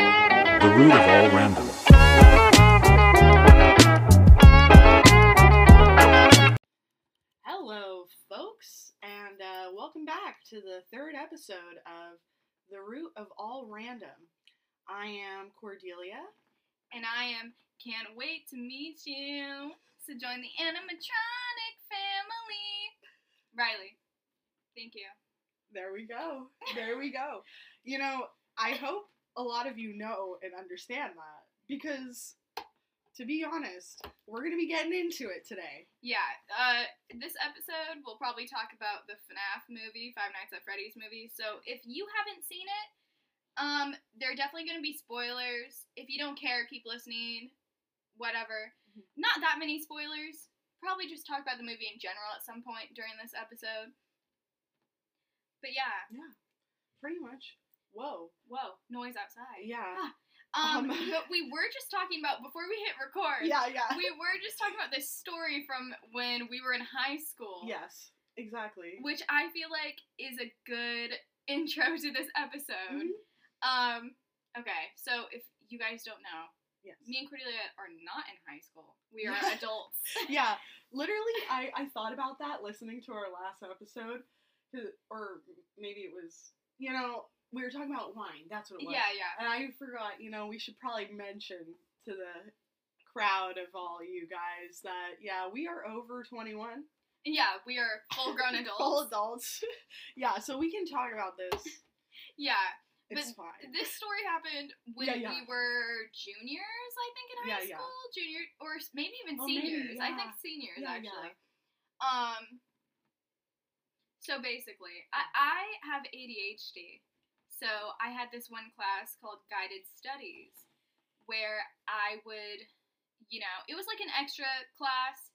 the root of all random. Hello, folks, and uh, welcome back to the third episode of The Root of All Random. I am Cordelia. And I am can't wait to meet you. So join the animatronic family. Riley, thank you. There we go. There we go. You know, I hope a lot of you know and understand that because, to be honest, we're going to be getting into it today. Yeah, uh, this episode we'll probably talk about the FNAF movie, Five Nights at Freddy's movie. So if you haven't seen it, um, there are definitely going to be spoilers. If you don't care, keep listening. Whatever. Mhm. Not that many spoilers. Probably just talk about the movie in general at some point during this episode. But yeah, Pretty much. Whoa. whoa, noise outside. Yeah. Um, Um, but we were just talking about before we hit record. Yeah, yeah. We were just talking about this story from when we were in high school. Yes, exactly. Which I feel like is a good intro to this episode. Mhm. Um, okay, so if you guys don't know, Yes. me and Cordelia are not in high school. We are Yeah. adults. yeah, literally, I, I thought about that listening to our last episode, 'cause- or maybe it was, you know, we were talking about wine. That's what it was. yeah, yeah. And I forgot, you know, we should probably mention to the crowd of all you guys that, yeah, we are over 21. Yeah, we are full grown adults. All adults. yeah, so we can talk about this. Yeah. It's But fine. This story happened when Yeah, yeah. we were juniors, I think, in high Yeah, yeah. school. Junior, or s- maybe even Oh, maybe, seniors. I think yeah. seniors, Yeah, yeah. actually. Um. So basically, I, I have ADHD. So I had this one class called guided studies, where I would, you know, it was like an extra class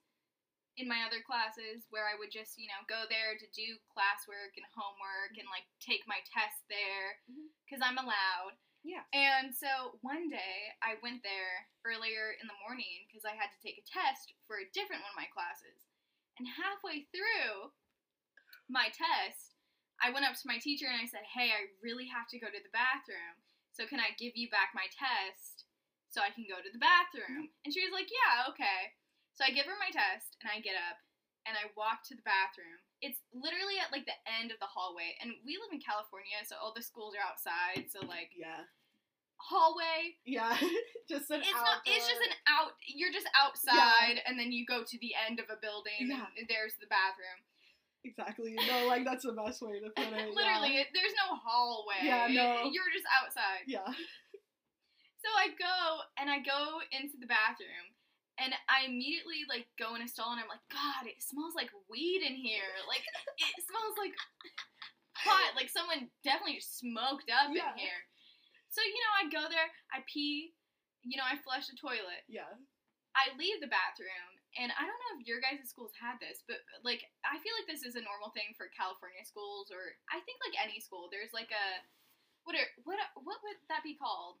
in my other classes where I would just, you know, go there to do classwork and homework and like take my test there Mhm. because I'm allowed. Yeah. And so one day I went there earlier in the morning because I had to take a test for a different one of my classes. And halfway through my test, I went up to my teacher and I said, Hey, I really have to go to the bathroom. So can I give you back my test so I can go to the bathroom? And she was like, Yeah, okay. So I give her my test and I get up and I walk to the bathroom. It's literally at like the end of the hallway. And we live in California, so all the schools are outside. So like yeah. hallway. Yeah. just an It's not it's just an out you're just outside and then you go to the end of a building and there's the bathroom. Exactly. No, like, that's the best way to put it. yeah. literally, it- there's no hallway. Oh Yeah, no. You're just outside. Yeah. So I go and I go into the bathroom and I immediately like go in a stall and I'm like, God, it smells like weed in here. Like it smells like pot. Like someone definitely just smoked up Yeah. in here. So you know, I go there, I pee, you know, I flush the toilet. Yeah. I leave the bathroom, and I don't know if your guys' schools had this, but like I feel like this is a normal thing for California schools, or I think like any school. There's like a what are what are, what would that be called?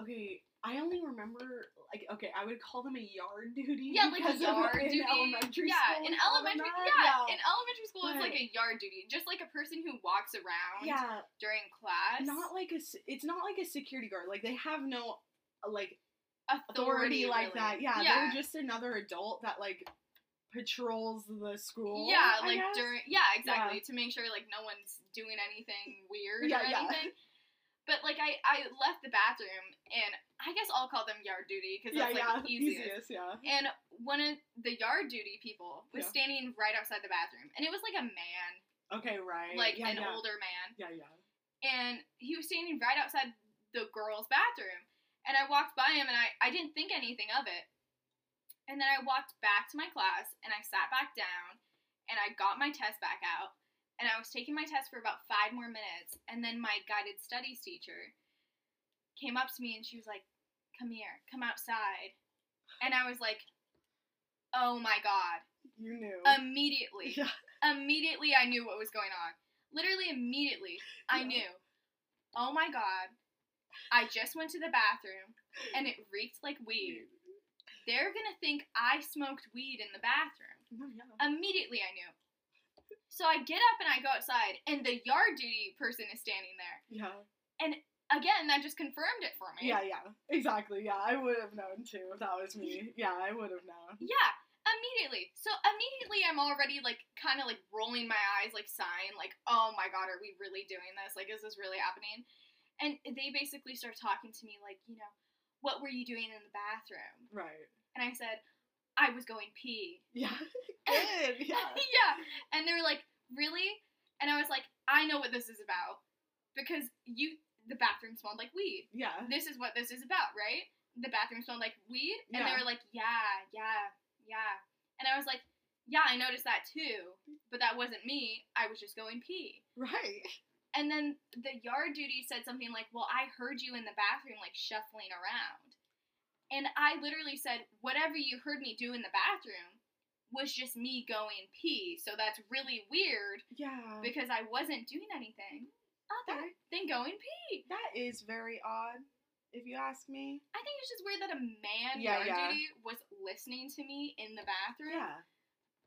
okay, I only remember like okay, I would call them a yard duty. Yeah, like because a of- yard in duty. elementary yeah, school. in we call them elementary, yeah, that, in elementary school it's like Right. a yard duty, just like a person who walks around yeah, during class. not like a. s- It's not like a security guard. Like they have no uh, like authority, authority, like really. that. Yeah, yeah, they're just another adult that like patrols the school. yeah, I like guess. during yeah, exactly to make sure like no one's doing anything weird Yeah, or yeah. anything. But like I I left the bathroom and I guess I'll call them yard duty because Yeah, that's yeah, like easiest. yeah. And one of the yard duty people was Yeah. standing right outside the bathroom, and it was like a man, Okay, right. like yeah, an yeah. older man, Yeah, yeah. and he was standing right outside the girls' bathroom. And I walked by him, and I I didn't think anything of it. And then I walked back to my class and I sat back down and I got my test back out and I was taking my test for about five more minutes. And then my guided studies teacher came up to me and she was like, Come here, come outside. And I was like, Oh my God. You knew. Um, Immediately. Yeah. Immediately, I knew what was going on. Literally, immediately, I Yeah. knew. Oh my God. I just went to the bathroom and it reeked like weed they're gonna think I smoked weed in the bathroom. No, yeah. Immediately I knew. So I get up and I go outside, and the yard duty person is standing there. Yeah. again, that just confirmed it for me. Yeah, yeah, exactly. Yeah, I would have known too if that was me. Yeah, I would have known. Yeah, immediately. So immediately, I'm already like kind of like rolling my eyes, like sighing, like, oh my god, are we really doing this? Like, is this really happening? And they basically start talking to me, like, you know, what were you doing in the bathroom? Right. And I said, I was going pee. Yeah. Good. Yeah. yeah. And they were like, really? And I was like, I know what this is about because you, the bathroom smelled like weed. Yeah. This is what this is about, right? The bathroom smelled like weed. And they Yeah. were like, yeah, yeah, yeah. And I was like, yeah, I noticed that too, but that wasn't me. I was just going pee. Right. And then the yard duty said something like, Well, I heard you in the bathroom, like shuffling around. And I literally said, Whatever you heard me do in the bathroom was just me going pee. So that's really weird Yeah. because I wasn't doing anything other than going pee. That is very odd, if you ask me. I think it's just weird that a man Yeah, yard yeah. duty was listening to me in the bathroom. Yeah.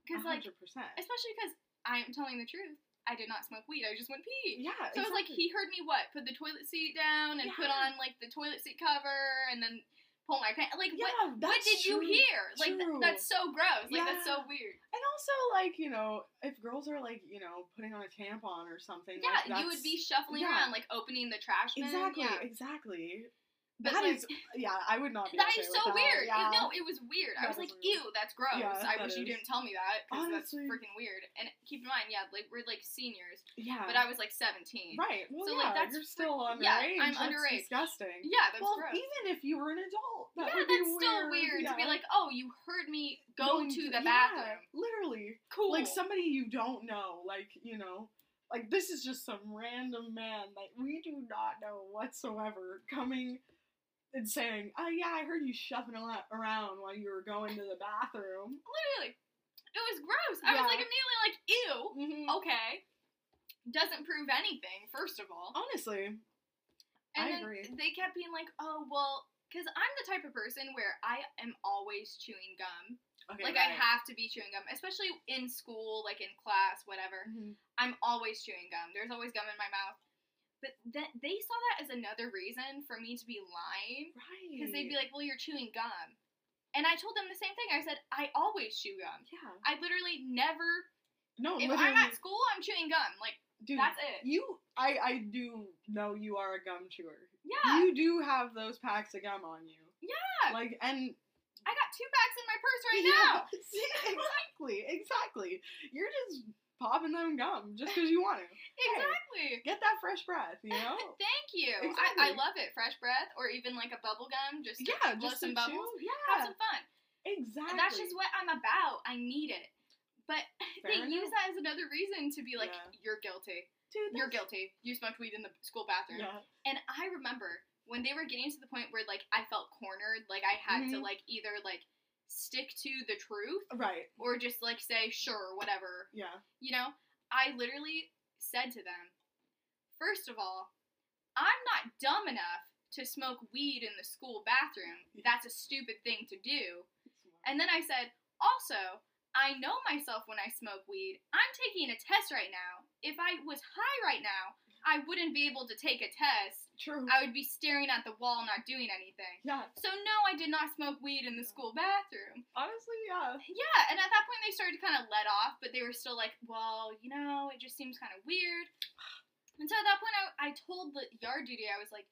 Because, like, hundred percent. especially because I'm telling the truth, I did not smoke weed, I just went pee. Yeah. So it's like exactly. he heard me what? Put the toilet seat down and put Yeah. on like the toilet seat cover and then pull my pants. Like Yeah, what? that's What did you true. hear? Like th- True. that's so gross. Like that's so Yeah. weird. And also, like you know, if girls are like you know putting on a tampon or something, Yeah, like, you would that's- be shuffling yeah. around like opening the trash bin. exactly, Yeah. exactly. But That like, is- yeah, I would not be. that okay is with so that. weird. It- Yeah. no, it was weird. I That was was like, weird. ew, that's gross. Yeah, I that wish you is. didn't tell me that because that's Honestly. freaking weird. And keep in mind, yeah, like we're like seniors, yeah. but I was like seventeen. right. Well, yeah, So, like, that's you're freak- still underage. yeah, I'm that's underage. Disgusting. Yeah, that's well, gross. even if you were an adult, that yeah, would be that's still weird to be yeah. like, oh, you heard me go Going to to- the yeah, bathroom. literally, Cool. like somebody you don't know, like you know. Like this is just some random man that we do not know whatsoever coming and saying, "Oh yeah, I heard you shoving a lot around while you were going to the bathroom." literally, it was gross. I was Yeah. like immediately like, ew. Mhm. Okay, doesn't prove anything. First of all, Honestly, and Oh, I then agree. they kept being like, oh well, because I'm the type of person where I am always chewing gum. okay, like I right. have to be chewing gum, especially in school, like in class, whatever. Mhm. I'm always chewing gum. There's always gum in my mouth. But that they saw that as another reason for me to be lying. right Because they'd be like, well, you're chewing gum. And I told them the same thing. I said, I always chew gum. "Yeah, I literally never, no, if literally, I'm at school, I'm chewing gum. Like, dude, that's it. you, I, I do know you are a gum chewer. Yeah. You do have those packs of gum on you. Yeah. Like and I got two bags in my purse right Yeah, now. see, exactly, exactly. You're just popping them gum just because you want to. Exactly. Get that fresh breath, you know? Thank you. I, I Exactly. love it. Fresh breath or even like a bubble gum. Just to yeah, blow just to some bubbles. chew. Have Yeah, some fun. exactly. And that's just what I'm about. I need it. But they Fair use that as another reason to be like, Yeah. you're guilty. Dude, You're that's- guilty. You smoked weed in the school bathroom. Yeah, And I remember when they were getting to the point where like I felt cornered, like I had to Mhm. like either like stick to the truth right. or just like say sure, whatever. Yeah, You know, I literally said to them, first of all, I'm not dumb enough to smoke weed in the school bathroom. That's a stupid thing to do. And then I said, also, I know myself when I smoke weed. I'm taking a test right now. If I was high right now, I wouldn't be able to take a test. true. I would be staring at the wall, not doing anything. yeah, So, no, I did not smoke weed in the school bathroom. honestly, yeah. Yeah, and at that point, they started to kind of let off, but they were still like, well, you know, it just seems kind of weird. And so at that point, I, I told the yard duty, I was like,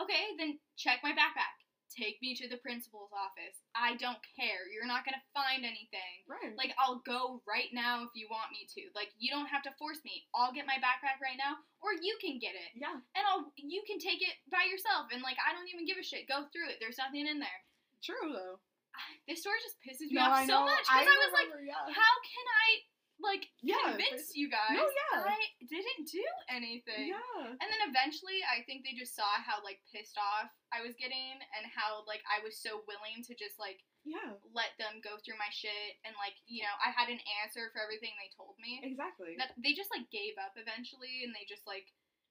okay, then check my backpack. Take me to the principal's office. I don't care. You're not going to find anything. Right. Like, I'll go right now if you want me to. Like, you don't have to force me. I'll get my backpack right now, or you can get it. yeah, And I'll, you can take it by yourself. And, like, I don't even give a shit. Go through it. There's nothing in there. true though. This story just pisses me No, I off so know, much. Because I, was like, remember, yeah. how can I, like, Yeah, convince you guys No, yeah. I didn't do anything? yeah, And then eventually, I think they just saw how, like, pissed off I was getting and how, like, I was so willing to just, like, yeah, let them go through my shit and like you know i had an answer for everything they told me exactly. that they just like gave up eventually and they just like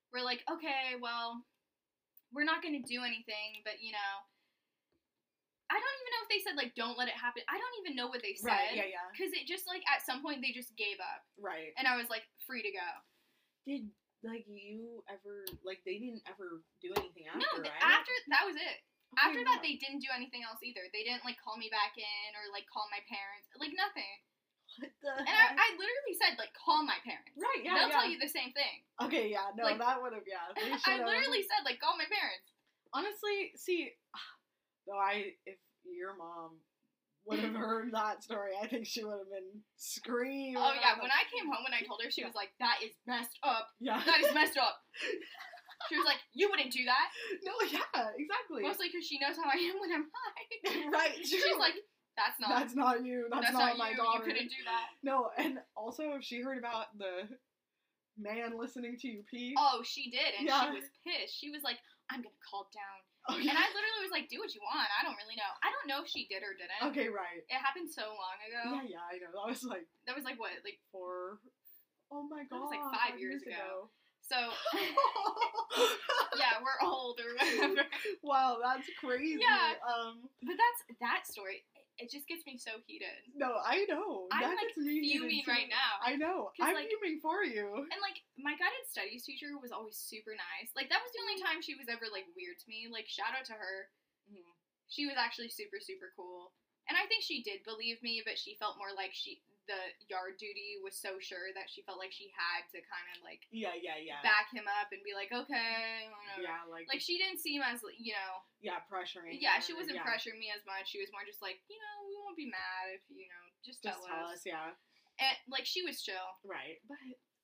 were like okay well we're not gonna do anything but you know i don't even know if they said like don't let it happen i don't even know what they right. Yeah, said yeah. because it just like at some point they just gave up Right. and i was like free to go Did like you ever like they didn't ever do anything after, no, th- right? Oh after that was it. Okay, After that, wow. they didn't do anything else either. They didn't like call me back in or like call my parents, like nothing. what the And heck? I, I literally said like call my parents. right, yeah, They'll yeah. tell you the same thing. okay, yeah, no, like- that would have yeah. They I should've- literally said like call my parents. honestly see, though I if your mom would have heard that story, I think she would have been screaming. Oh yeah, when I came home, when I told her, she was like, "That is messed up. yeah, That is messed up." She was like, "You wouldn't do that," no, yeah, exactly. mostly because she knows how I am when I'm high. right, She's true. like, "That's not. that's not you. That's, that's not, not, my you. daughter. You couldn't do that." No, and also if she heard about the man listening to you pee. Oh, she did, and Yeah. Oh, she was pissed. She was like, "I'm gonna call down," okay. and I literally was like, "Do what you want. I don't really know. I don't know if she did or didn't. okay, right. It happened so long ago. Yeah, yeah, I know. That was like That was like what, like four Oh my god. That was, like, five years ago. so. yeah, we're old or whatever. wow, that's crazy. Yeah. Um But that's that story. It just gets me so heated. no, I know. I'm, that like, gets me heated, fuming too. right now. I know. 'Cause, I'm like- fuming for you. and like my guided studies teacher was always super nice. Like that was the Mm. only time she was ever like weird to me. Like shout out to her. Mm-hmm. She was actually super super cool. And I think she did believe me, but she felt more like she the yard duty was so sure that she felt like she had to kind of like Yeah, yeah, yeah. back him up and be like, okay, whatever. yeah, like, Like she didn't seem as you know, yeah, pressuring. her, yeah, she wasn't yeah. pressuring me as much. She was more just like, you know, we won't be mad if you know, just, Just tell us, yeah. And like she was chill. Right. But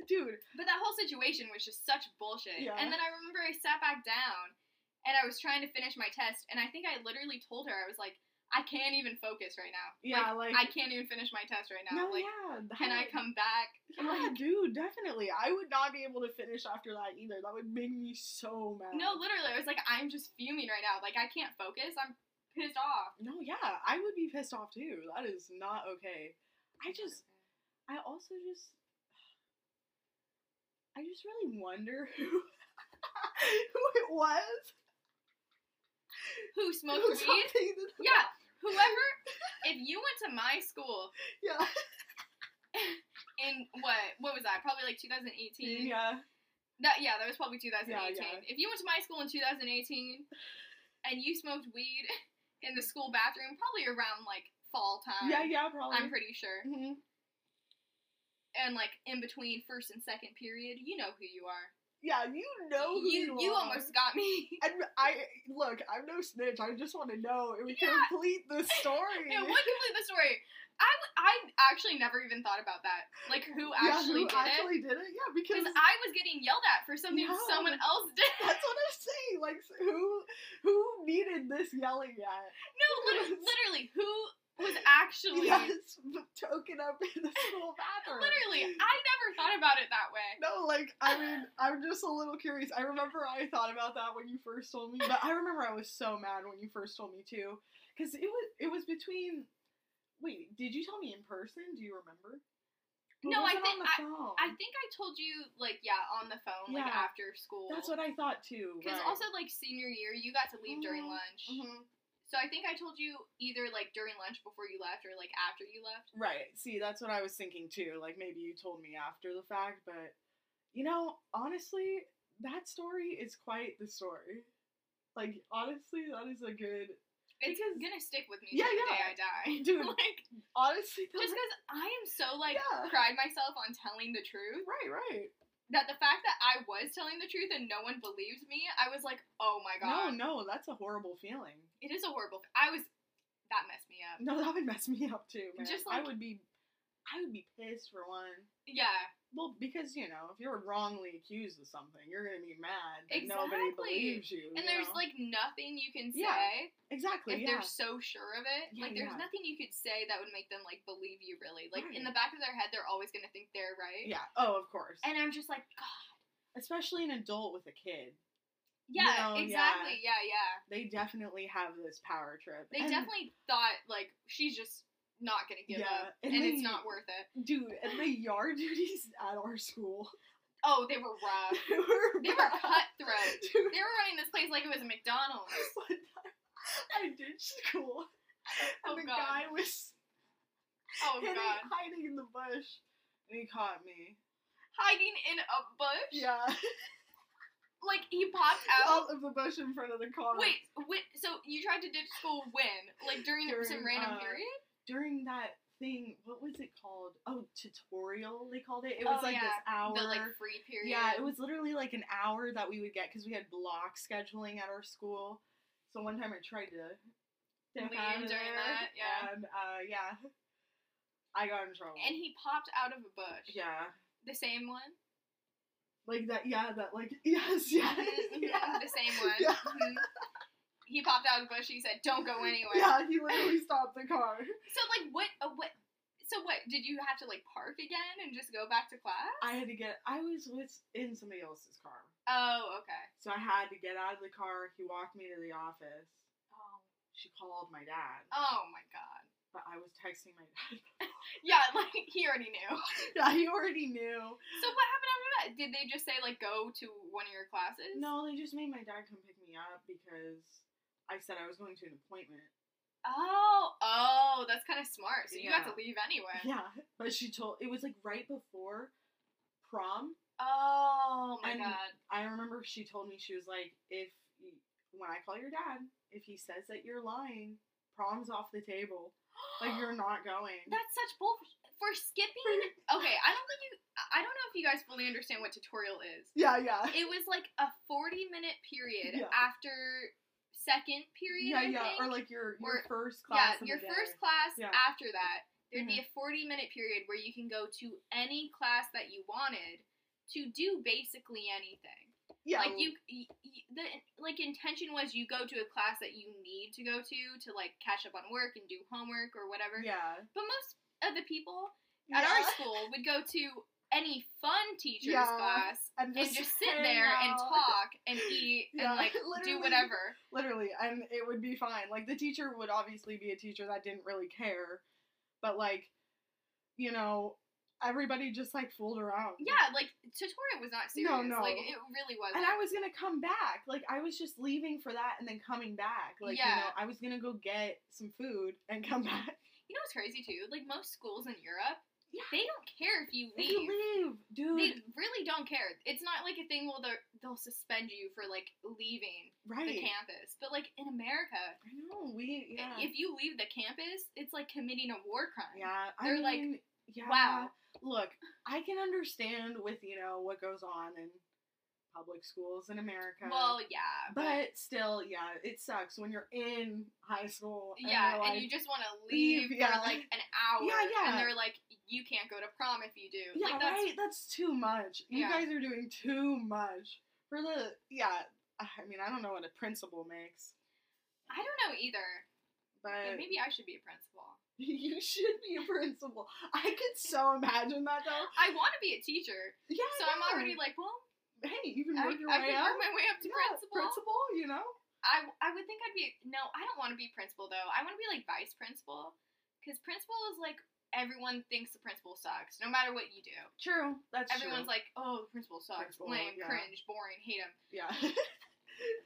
dude, But that whole situation was just such bullshit. Yeah. And then I remember I sat back down and I was trying to finish my test and I think I literally told her I was like, I can't even focus right now. yeah, Like, like, I can't even finish my test right now. no, like yeah. that- can I come back? Yeah, dude, definitely. I would not be able to finish after that either. That would make me so mad. No, literally, I was like, I'm just fuming right now. Like I can't focus. I'm pissed off. no, yeah, I would be pissed off too. That is not okay. I just, I also just, I just really wonder who, who it was. who who smoked weed? told me that- Yeah. Whoever if you went to my school yeah, in what what was that? Probably like 2018. yeah, That yeah, that was probably 2018. yeah. If you went to my school in 2018 and you smoked weed in the school bathroom, probably around like fall time. yeah, yeah, probably. I'm pretty sure. Mhm. And like in between first and second period, you know who you are. Yeah, you know who you you, you are. almost got me. And I look. I'm no snitch. I just want to know. It would Yeah. complete the story. It would complete the story. I, w- I actually never even thought about that. Like who actually yeah, who did it? actually did it? Yeah, Because because I was getting yelled at for something Yeah. someone else did. that's what I'm saying. Like, s- who who needed this yelling at? No, literally, literally who was actually. Yes, b- token up in the school bathroom. Literally, I never thought about it that way. No, like I mean, I'm just a little curious. I remember I thought about that when you first told me, but I remember I was so mad when you first told me too, because it was it was between. Wait, did you tell me in person? Do you remember? Or No, was I it think- on the phone. I think I told you, like, yeah, on the phone, like, Yeah. after school. that's what I thought too. Because right. also, like, senior year, you got to leave during Mhm, lunch. Mhm. So I think I told you either, like, during lunch before you left or, like, after you left. Right. See, that's what I was thinking too. Like maybe you told me after the fact, but you know, honestly, that story is quite the story. Like honestly, that is a good It's Because- gonna stick with me Yeah, till the day yeah. I die. Dude, like, honestly. that- just because I am so, like, Yeah. pride myself on telling the truth right, right. that the fact that I was telling the truth and no one believes me, I was like, oh my No, god. no, that's a horrible feeling. It is a horrible. I was. That messed me up. No, that would mess me up too, man. Just I like- would be, I would be pissed for one. Yeah. Well, because you know, if you're wrongly accused of something, you're gonna be mad. that Nobody Exactly. believes you. And you there's, know? like, nothing you can Yeah. say. exactly if yeah. they're so sure of it. Yeah, like there's yeah. nothing you could say that would make them like believe you really. Like in Right. the back of their head they're always gonna think they're right. Yeah. Oh, of course. And I'm just like, God Especially an adult with a kid. Yeah, No, yeah. exactly, yeah, yeah. they definitely have this power trip. They And- definitely thought like she's just not gonna give Yeah, up and, and it's they- not worth it. dude, and the yard duties at our school Oh, they were rough. they were, They were bad. cutthroat. Dude, They were running this place like it was a McDonald's. one time I ditched school, and Oh, the God. guy was Oh hiding, god. hiding in the bush, and he caught me. hiding in a bush. Yeah. Oh, Like he popped out. Out of the bush in front of the car. Wait, wait. So you tried to ditch school when? Like during, some During, random uh, period? During that thing, what was it called? Oh, tutorial, they called it. It was Oh, like this yeah. hour. The like free period. Yeah, it was literally like an hour that we would get because we had block scheduling at our school. So one time I tried to get Leave out of during there, that, yeah. And uh, yeah, I got in trouble. And he popped out of a bush. yeah, The same one. like that. Yeah, that like yes, yes, Mhm, yeah. The same one. Yeah. Mhm. He popped out of the bush. He said, "Don't go anywhere." Yeah, he literally stopped the car. So like what? Uh, what? So what? Did you have to like park again and just go back to class? I had to get. I was with in somebody else's car, Oh, okay. so I had to get out of the car. He walked me to the office. Oh. She called my dad, Oh my god. but I was texting my dad. Yeah, like he already knew. yeah, he already knew. So what happened after that? Did they just say like go to one of your classes? No, they just made my dad come pick me up because I said I was going to an appointment. Oh, oh, that's kind of smart. So you got Yeah. to leave anyway. Yeah, but she told it was like right before prom. Oh my And- god. I remember she told me she was like, if y- when I call your dad, if he says that you're lying, prom's off the table. Like you're not going. That's such bull for skipping. Okay, I don't think you. I- I don't know if you guys fully understand what tutorial is. Yeah, yeah, It was like a forty-minute period Yeah. after second period. yeah, I yeah. think. Or like your your Or- first yeah, class. of your the first day. class Yeah. Mm-hmm. after that, there'd be a 40 minute period where you can go to any class that you wanted to do basically anything. Yeah, Like you, y- y- the like intention was you go to a class that you need to go to to like catch up on work and do homework or whatever. Yeah. But most of the people at our Yeah. school would go to any fun teacher's Yeah. class and and just sit hang there and out. talk and eat Yeah, and like do literally. whatever. literally and it would be fine like the teacher would obviously be a teacher that didn't really care but like you know everybody just like fooled around Yeah, like tutorial was not serious. No, no. Like it really wasn't. and i was gonna come back like i was just leaving for that and then coming back like you know Yeah. i was gonna go get some food and come back You know what's crazy too? Like most schools in Europe, Yeah. they don't care if you They leave. leave dude They really don't care. It's not like a thing where they're- they'll suspend you for like leaving right the campus. But like in America, i know we yeah if you leave the campus, it's like committing a war crime. yeah I they're like, mean, yeah, wow. look i can understand with you know what goes on in public schools in america Well, yeah, But still, yeah, it sucks when you're in high school. And yeah, you're like, and you just want to leave, leave, yeah. for like an hour, Yeah, yeah. and they're like, you can't go to prom if you do. yeah, like that's right. That's too much. You Yeah. guys are doing too much for the yeah. I mean, I don't know what a principal makes, I don't know either. But but maybe I should be a principal. you should be a principal. I could so imagine that though. I want to be a teacher, Yeah. so I'm yeah. already like, well, Hey, you can I, work your I way could up. work my way up to Yeah, principal. principal, you know. I, I would think I'd be no. I don't want to be principal though. I want to be like vice principal, because principal is like everyone thinks the principal sucks, no matter what you do. True. That's Everyone's like, oh, the principal sucks, Principal, lame, yeah. cringe, boring, hate him. yeah,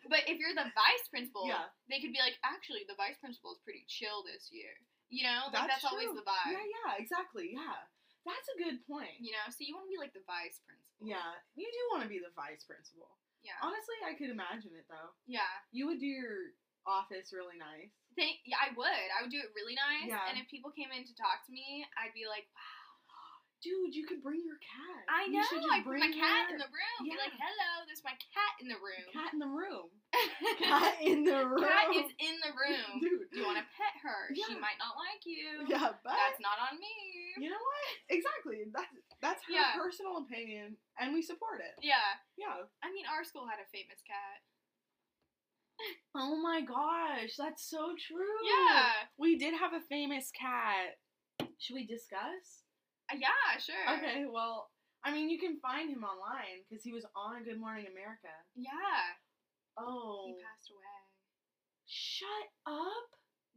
But if you're the vice principal, yeah, they could be like, actually, the vice principal is pretty chill this year. You know, like That's that's, always true. the yeah, vibe. yeah. Exactly. Yeah, that's a good point. You know, so you want to be like the vice principal. Yeah, you do want to be the vice principal. Yeah. Honestly, I could imagine it though. Yeah. You would do your office really nice. Thank, yeah, I would. I would do it really nice. Yeah. And if people came in to talk to me, I'd be like, Dude, you could bring your cat. I You know. should just I put my bring cat in your the room. Be like, Yeah. hello, there's my cat in the room. cat in the room. Cat, Cat in the room. is in the room. Dude, Do you want to pet her? She Yeah. might not like you. Yeah, but That's not on me. you know what? Exactly. That's that's her Yeah. personal opinion, and we support it. Yeah. Yeah. I mean, our school had a famous cat. Oh my gosh, that's so true. Yeah. We did have a famous cat. Should we discuss? Uh, Yeah, sure. Okay, well, I mean, you can find him online because he was on Good Morning America. Yeah. Oh, He passed away. shut up!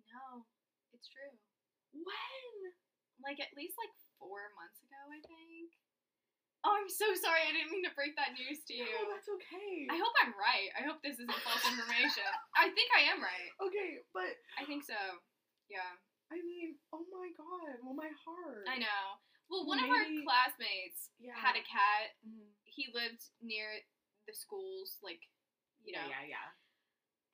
No, it's true. When? Like, at least like four months ago, I think. Oh, I'm so sorry. I didn't mean to break that news to you. No, Oh, that's okay. I hope I'm right. I hope this isn't false information. I think I am right. okay, but I think so. Yeah, I mean, oh my god, well, my heart. I know. Well, one of our Maybe- classmates Yeah. had a cat. Mhm. He lived near the schools, like you know, Yeah, yeah.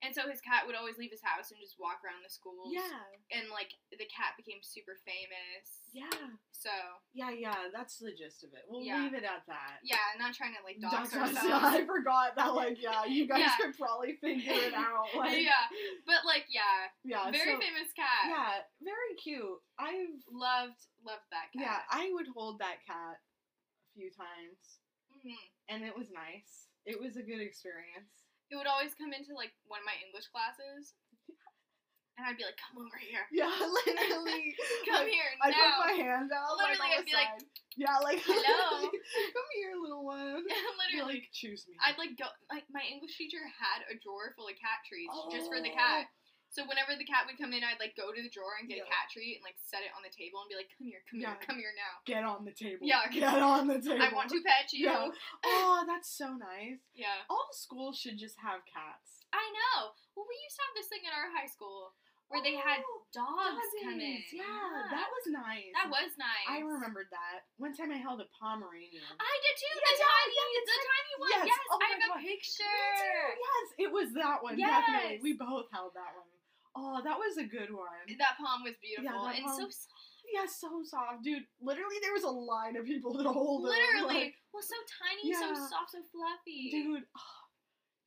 and so his cat would always leave his house and just walk around the schools. Yeah. and like the cat became super famous. Yeah. So Yeah, yeah, that's the gist of it. We'll Yeah. leave it at that. yeah, not trying to like dox Dox us. ourselves. I forgot that, like, yeah, you guys Yeah. could probably figure it out. Like, yeah, but like yeah, yeah, very Uh, so- famous cat. Yeah, very cute. I've, Loved, loved that cat. yeah, I would hold that cat a few times, Mhm. and it was nice. It was a good experience. It would always come into like one of my English classes, and I'd be like, "Come over here, Yeah, literally. come like, here I now." put my hand out. Literally, like, on I'd the be like, side. yeah, like, "Hello." come here, little one. Be Literally, like, choose me. I'd like go like my English teacher had a drawer full of cat treats just for the Oh. cat. So whenever the cat would come in, I'd like go to the drawer and get a Yeah. cat treat and like set it on the table and be like, "Come here, come Yeah. here, come here now. get on the table. Yeah, okay. get on the table. I want to pet you." Yeah. Oh, that's so nice. yeah. All schools should just have cats. I know. Well, we used to have this thing at our high school where they had Oh, dogs come in. doggies. Yeah, that was nice. that was nice. I remembered that. One time I held a Pomeranian. I did too. Yeah, the yeah, tiny, yeah, the the tiny one. yes. Yes, Oh I my have a God. picture. Me too. Yes, it was that one. Yes. Definitely, we both held that one. Oh, that was a good one. That palm was beautiful that and so palm- soft. Yeah, so soft, dude. Literally, there was a line of people that hold it. Literally, well, so tiny, so Yeah. soft, so fluffy. Like, dude.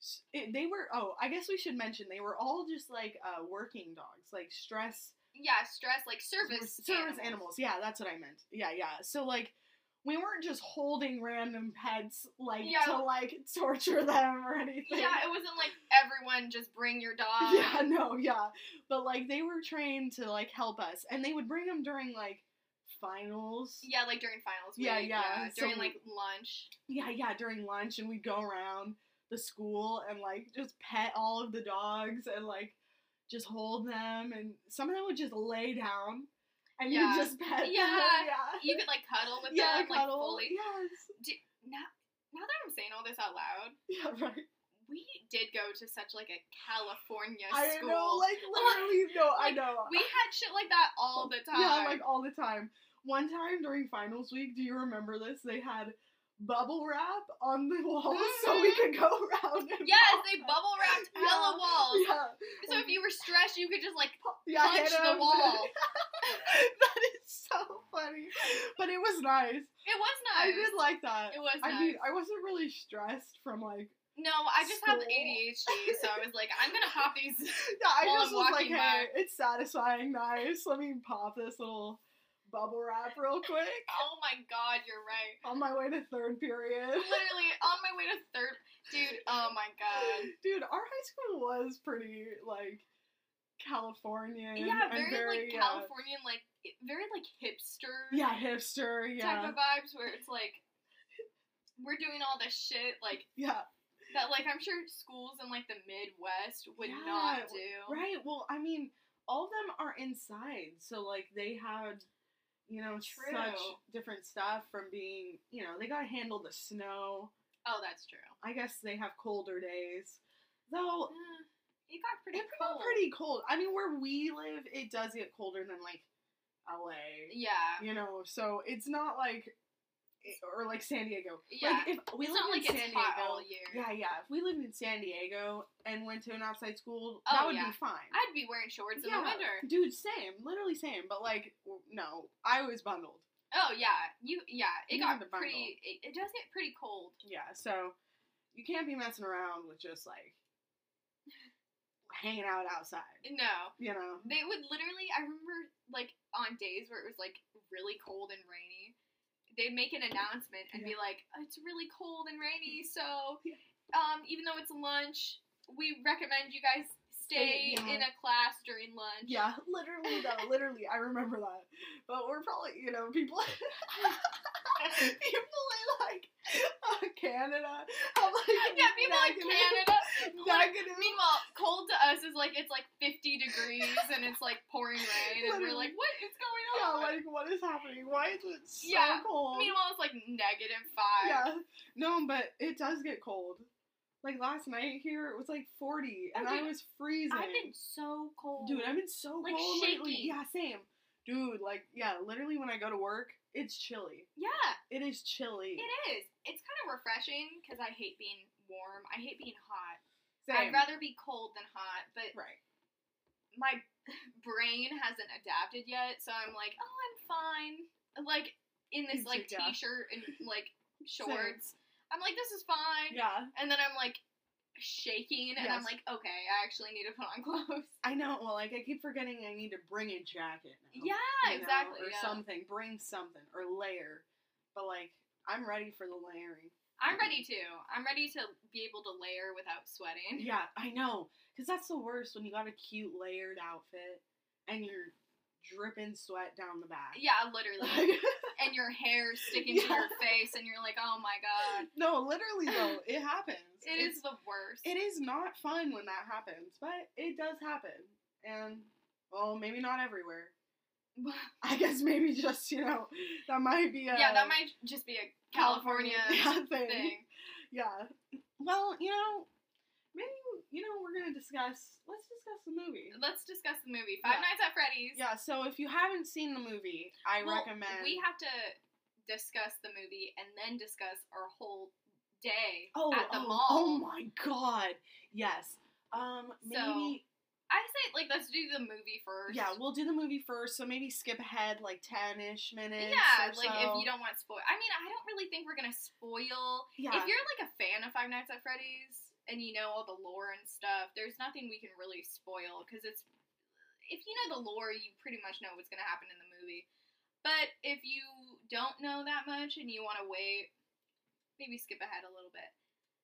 s- It, they were oh I guess we should mention they were all just like uh, working dogs like stress Yeah, stress like service. service animals. Yeah, that's what I meant. Yeah, yeah. So like we weren't just holding random pets like Yeah. to like torture them or anything. Yeah, it wasn't like everyone just bring your dog. Yeah, no, yeah. But like they were trained to like help us and they would bring them during like finals. Yeah, like during finals week. Yeah, yeah, so- During like lunch. Yeah, yeah, during lunch and we'd go around the school and like just pet all of the dogs and like just hold them and some of them would just lay down and Yeah. you just pet them. Yeah. Yeah. You could like cuddle with yeah, them, cuddle. like fully. Yes. Now, now that I'm saying all this out loud, Yeah, right. we did go to such like a California I school. know, like literally, no, I Like, know. we had shit like that all the time. Yeah, like all the time. One time during finals week, do you remember this? They had bubble wrap on the walls so we could go around. And Mm-hmm. yes, they bubble wrapped hella Yeah. walls. Yeah, So if you were stressed, you could just like yeah, punch hit the 'em. wall. that is so funny, but it was nice. It was I nice. did like that. it was nice. I mean, I wasn't really stressed from like. no, I just have School. ADHD, so I was like, I'm gonna pop these. Yeah, I While just I'm was like, walking hey, by. it's satisfying, nice. Let me pop this little bubble wrap real quick Oh my god, you're right. on my way to third period. Literally on my way to third, dude. Oh my god. Dude, our high school was pretty like Californian. Yeah, and very, like uh, Californian, like very like hipster yeah, hipster. type Yeah, of vibes where it's like we're doing all this shit like yeah. that. Like I'm sure schools in like the Midwest would Yeah, not do. Right. Well, I mean, all of them are inside, so like they had, you know, such True. different stuff from being, you know, they got to handle the snow. Oh, that's true. I guess they have colder days, though. Uh, It got pretty It cold. got pretty cold. I mean, where we live, it does get colder than like LA. Yeah. you know so it's not like eh, or like san diego Yeah. like if we it's lived not in like san it's diego hot all year. yeah yeah if we lived in san diego and went to an outside school Oh, that would yeah. be fine I'd be wearing shorts in Yeah. the winter. dude same literally same but like w- no i was bundled Oh yeah, you yeah. It You got had to bundle. pretty. It, it does get pretty cold. yeah so you can't be messing around with just like hanging out outside No, you know they would literally. I remember like on days where it was like really cold and rainy, they'd make an announcement and be like, "It's really cold and rainy, so Yeah. um, even though it's lunch, we recommend you guys stay yeah. in a class during lunch." yeah literally though literally i remember that but we're probably you know people people in like uh, Canada. I'm like, yeah. People in negative- Canada. negative. Meanwhile, cold to us is like it's like 50 degrees and it's like pouring rain, and we're like, what is going Yeah, on? like what is happening? Why is it so Yeah, cold? Meanwhile, it's like negative five. yeah, no, but it does get cold. Like last night here, it was like 40, Oh, and I dude, was freezing. I've been so cold. Dude, I've been so like, cold lately. shaking. Yeah, same. Dude, like, yeah, literally when I go to work, it's chilly. Yeah, It is chilly. it is. It's kind of refreshing because I hate being warm. I hate being hot. Same. I'd rather be cold than hot, but right. my brain hasn't adapted yet, so I'm like, oh, I'm fine. Like in this like Yeah. t-shirt and like shorts. I'm like, this is fine. Yeah. And then I'm like shaking, and Yes. I'm Um, like, okay, I actually need to put on clothes. I know. Well, like, I keep forgetting I need to bring a jacket. Now, Yeah, you know, exactly. Or yeah. something. Bring something. Or layer. But, like, I'm ready for the layering. I'm ready to. I'm ready to be able to layer without sweating. Yeah, I know. Because that's the worst when you got a cute layered outfit and you're dripping sweat down the back. Yeah, literally. Like, and your hair sticking to your face, and you're like, oh my god, no, literally, though, it happens. it It's- is the worst. It is not fun when that happens, but it does happen. And, well, maybe not everywhere. I guess maybe just, you know, that might be a. yeah, that might just be a California yeah, thing. thing. Yeah. Well, you know, maybe, you know, we're going to discuss. Let's discuss the movie. Let's discuss the movie Five Yeah. Nights at Freddy's. Yeah, so if you haven't seen the movie, I Well, recommend. We have to discuss the movie and then discuss our whole day oh, at the oh, mall. oh my god. Yes. Um, maybe. I say like let's do the movie first. yeah, we'll do the movie first, so maybe skip ahead like 10 ish minutes. Yeah, or like so. if you don't want spoil. I mean, I don't really think we're gonna spoil. Yeah. If you're like a fan of Five Nights at Freddy's and you know all the lore and stuff, there's nothing we can really spoil because it's if you know the lore, you pretty much know what's gonna happen in the movie. But if you don't know that much and you want to wait, maybe skip ahead a little bit.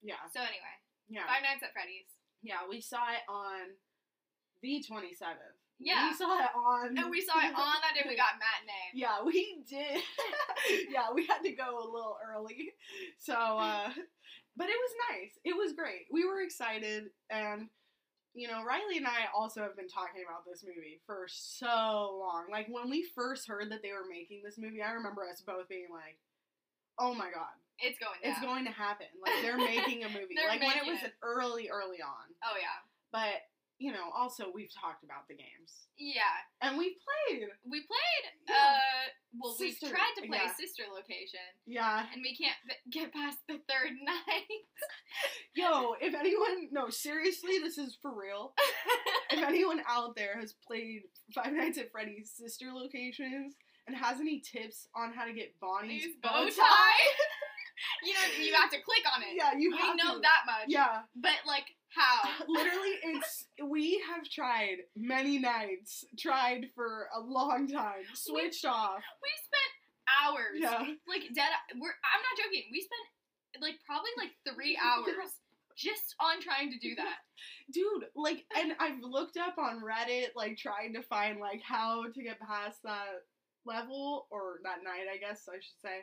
yeah. So anyway, Yeah. Five Nights at Freddy's. Yeah, we saw it on the 27th. Yeah. We saw it on. And we saw it on that day we got matinee. Yeah, we did. yeah, we had to go a little early. So, uh, but it was nice. It was great. We were excited. And, you know, Riley and I also have been talking about this movie for so long. Like, when we first heard that they were making this movie, I remember us both being like, oh my God, It's going down. it's going to happen. Like, they're making a movie. They're like, when it making was it. early, early on. oh yeah, But, you know, also we've talked about the games. yeah. And we played. We played. Yeah. Uh, well, Sister, we've tried to play yeah. Sister Location, Yeah. and we can't b- get past the third night. Yo, if anyone, no, seriously, this is for real. If anyone out there has played Five Nights at Freddy's sister locations and has any tips on how to get Bonnie's Use bow bow tie, tie. you know, you have to click on it. yeah, you we have know to. that much. Yeah, But like, how? literally, it's we have tried many nights, tried for a long time, switched off. We spent hours. Yeah. Like dead. We're. I'm not joking. We spent like probably like three hours just on trying to do that. dude like and i've looked up on reddit like trying to find like how to get past that level or that night i guess i should say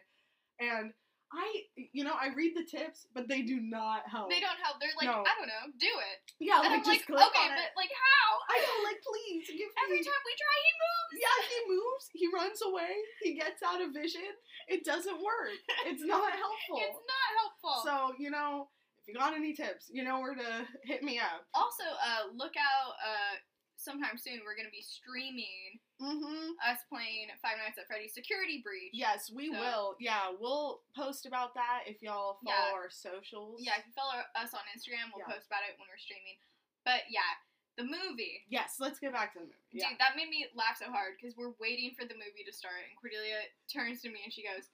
and i you know i read the tips but they do not help They don't help. They're like, No. I don't know, do it. yeah And like I'm just like, click okay, on it but like how? i know like please give Every me time we try, he moves. yeah he moves he runs away he gets out of vision it doesn't work it's not helpful It's not helpful. so you know if you got any tips you know where to hit me up also, uh, look out. Uh, sometime soon we're gonna be streaming mm-hmm us playing Five Nights at Freddy's Security Breach. Yes, we So- will. Yeah, we'll post about that if y'all follow Yeah. our socials. Yeah, if you follow us on Instagram, we'll Yeah. post about it when we're streaming. But yeah, the movie. Yes, let's get back to the movie. Yeah. Dude, that made me laugh so hard because we're waiting for the movie to start, and Cordelia turns to me and she goes,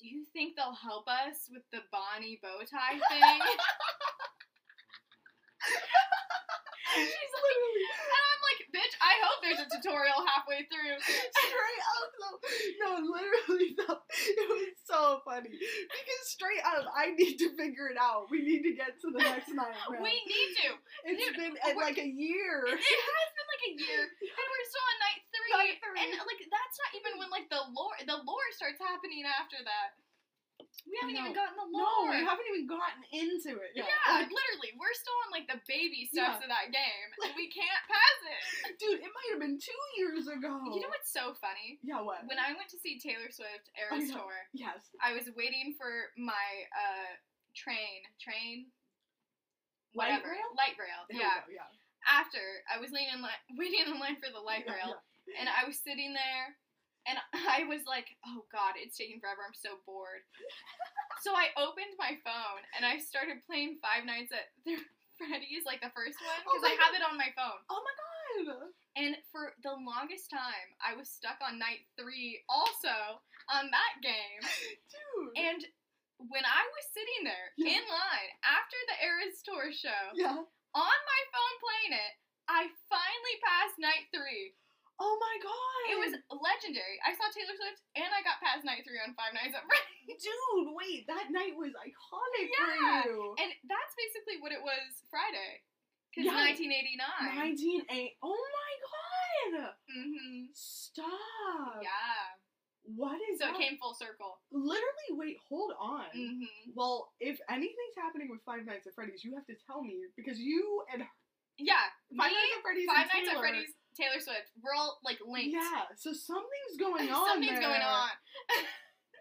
"Do you think they'll help us with the Bonnie bow tie thing?" She's like, Literally, And I'm like, bitch, I hope there's a tutorial halfway through. straight up though. No, literally though. It was so funny. Because straight up, I need to figure it out. We need to get to the next night. Man. We need to. It's dude, been uh, we're- like a year. It has been like a year, and we're still on night three. Night three. And like that's not even when like the lore the lore starts happening after that. We I haven't even know. gotten the No, lore. we haven't even gotten into it yeah, yet. like, literally, we're still on like the baby steps of that game, and we can't pass it. Like, dude, it might have been two years ago. You know what's so funny? Yeah, what? When I went to see Taylor Swift I Eras know. tour, yes. I was waiting for my uh train, train, Light whatever, rail? light rail. There we yeah, go, yeah. after I was waiting in line, waiting in line for the light Yeah, rail, and I was sitting there and I was like, oh god, it's taking forever. I'm so bored. so I opened my phone and I started playing Five Nights at Freddy's, like the first one, Oh because my I have it on my phone. Oh my god! And for the longest time, I was stuck on night three also on that game. Dude! And when I was sitting there Yeah. in line after the Eras Tour show, yeah. on my phone playing it, I finally passed night three. Oh my god! It was legendary. I saw Taylor Swift and I got past night three on Five Nights at Freddy's. Dude, wait, that night was iconic Yeah, for you! And that's basically what it was Friday. Because Yeah. 1989. 1980. Oh my god! hmm Stop! Yeah. What is So it that? came full circle. Literally, wait, hold on. hmm Well, if anything's happening with Five Nights at Freddy's, you have to tell me because you and Yeah. Five me, Nights at Freddy's Five and Nights at Taylor- Freddy's, Taylor Swift. We're all like linked. Yeah, so something's going on. Something's going there. on.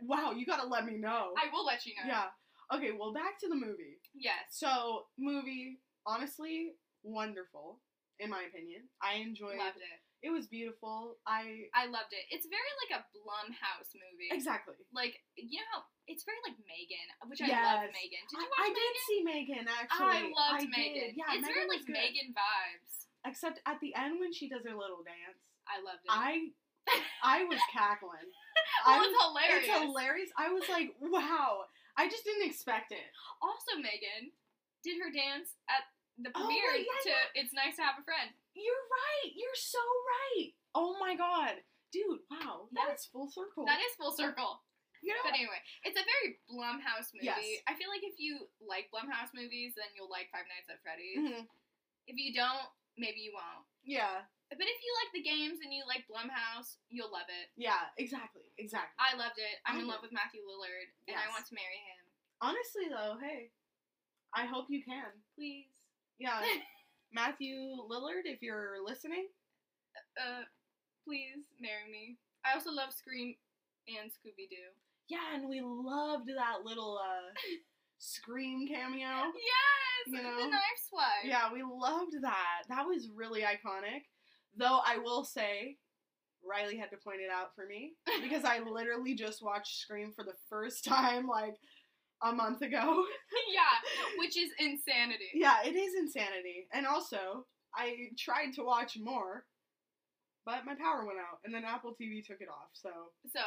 Wow, you gotta let me know. I will let you know. yeah. Okay, well, back to the movie. Yes. So, movie, honestly, wonderful, in my opinion. I enjoyed Loved it. It was beautiful. I. I loved it. It's very like a Blumhouse movie. Exactly. Like you know how it's very like Megan, which I Yes. love Megan. Did I, you watch I did see Megan, actually. I loved did. Megan. Yeah, it's Megan very was like good. Megan vibes. Except at the end when she does her little dance, I loved it. I. I was cackling. I well, was it's hilarious. It's hilarious. I was like, wow. I just didn't expect it. Also, Megan did her dance at the Oh, premiere right, yeah, to "It's Nice to Have a Friend." You're right. You're so right. Oh my god. Dude, wow. That is Yeah. full circle. That is full circle. you know, But anyway, it's a very Blumhouse movie. Yes. I feel like if you like Blumhouse movies, then you'll like Five Nights at Freddy's. Mhm. If you don't, maybe you won't. Yeah. But if you like the games and you like Blumhouse, you'll love it. Yeah, exactly. Exactly. I loved it. I'm I in did. love with Matthew Lillard, and I Yes. want to marry him. Honestly though, hey. I hope you can. Please. Yeah. Matthew Lillard, if you're listening. Uh, please marry me. I also love Scream and Scooby Doo. Yeah, and we loved that little uh scream cameo. Yes, You know? the knife swipe. Yeah, we loved that. That was really iconic. Though I will say, Riley had to point it out for me because I literally just watched Scream for the first time like a month ago. yeah, which is insanity. Yeah, it is insanity. And also, I tried to watch more, but my power went out and then Apple TV took it off. So, So,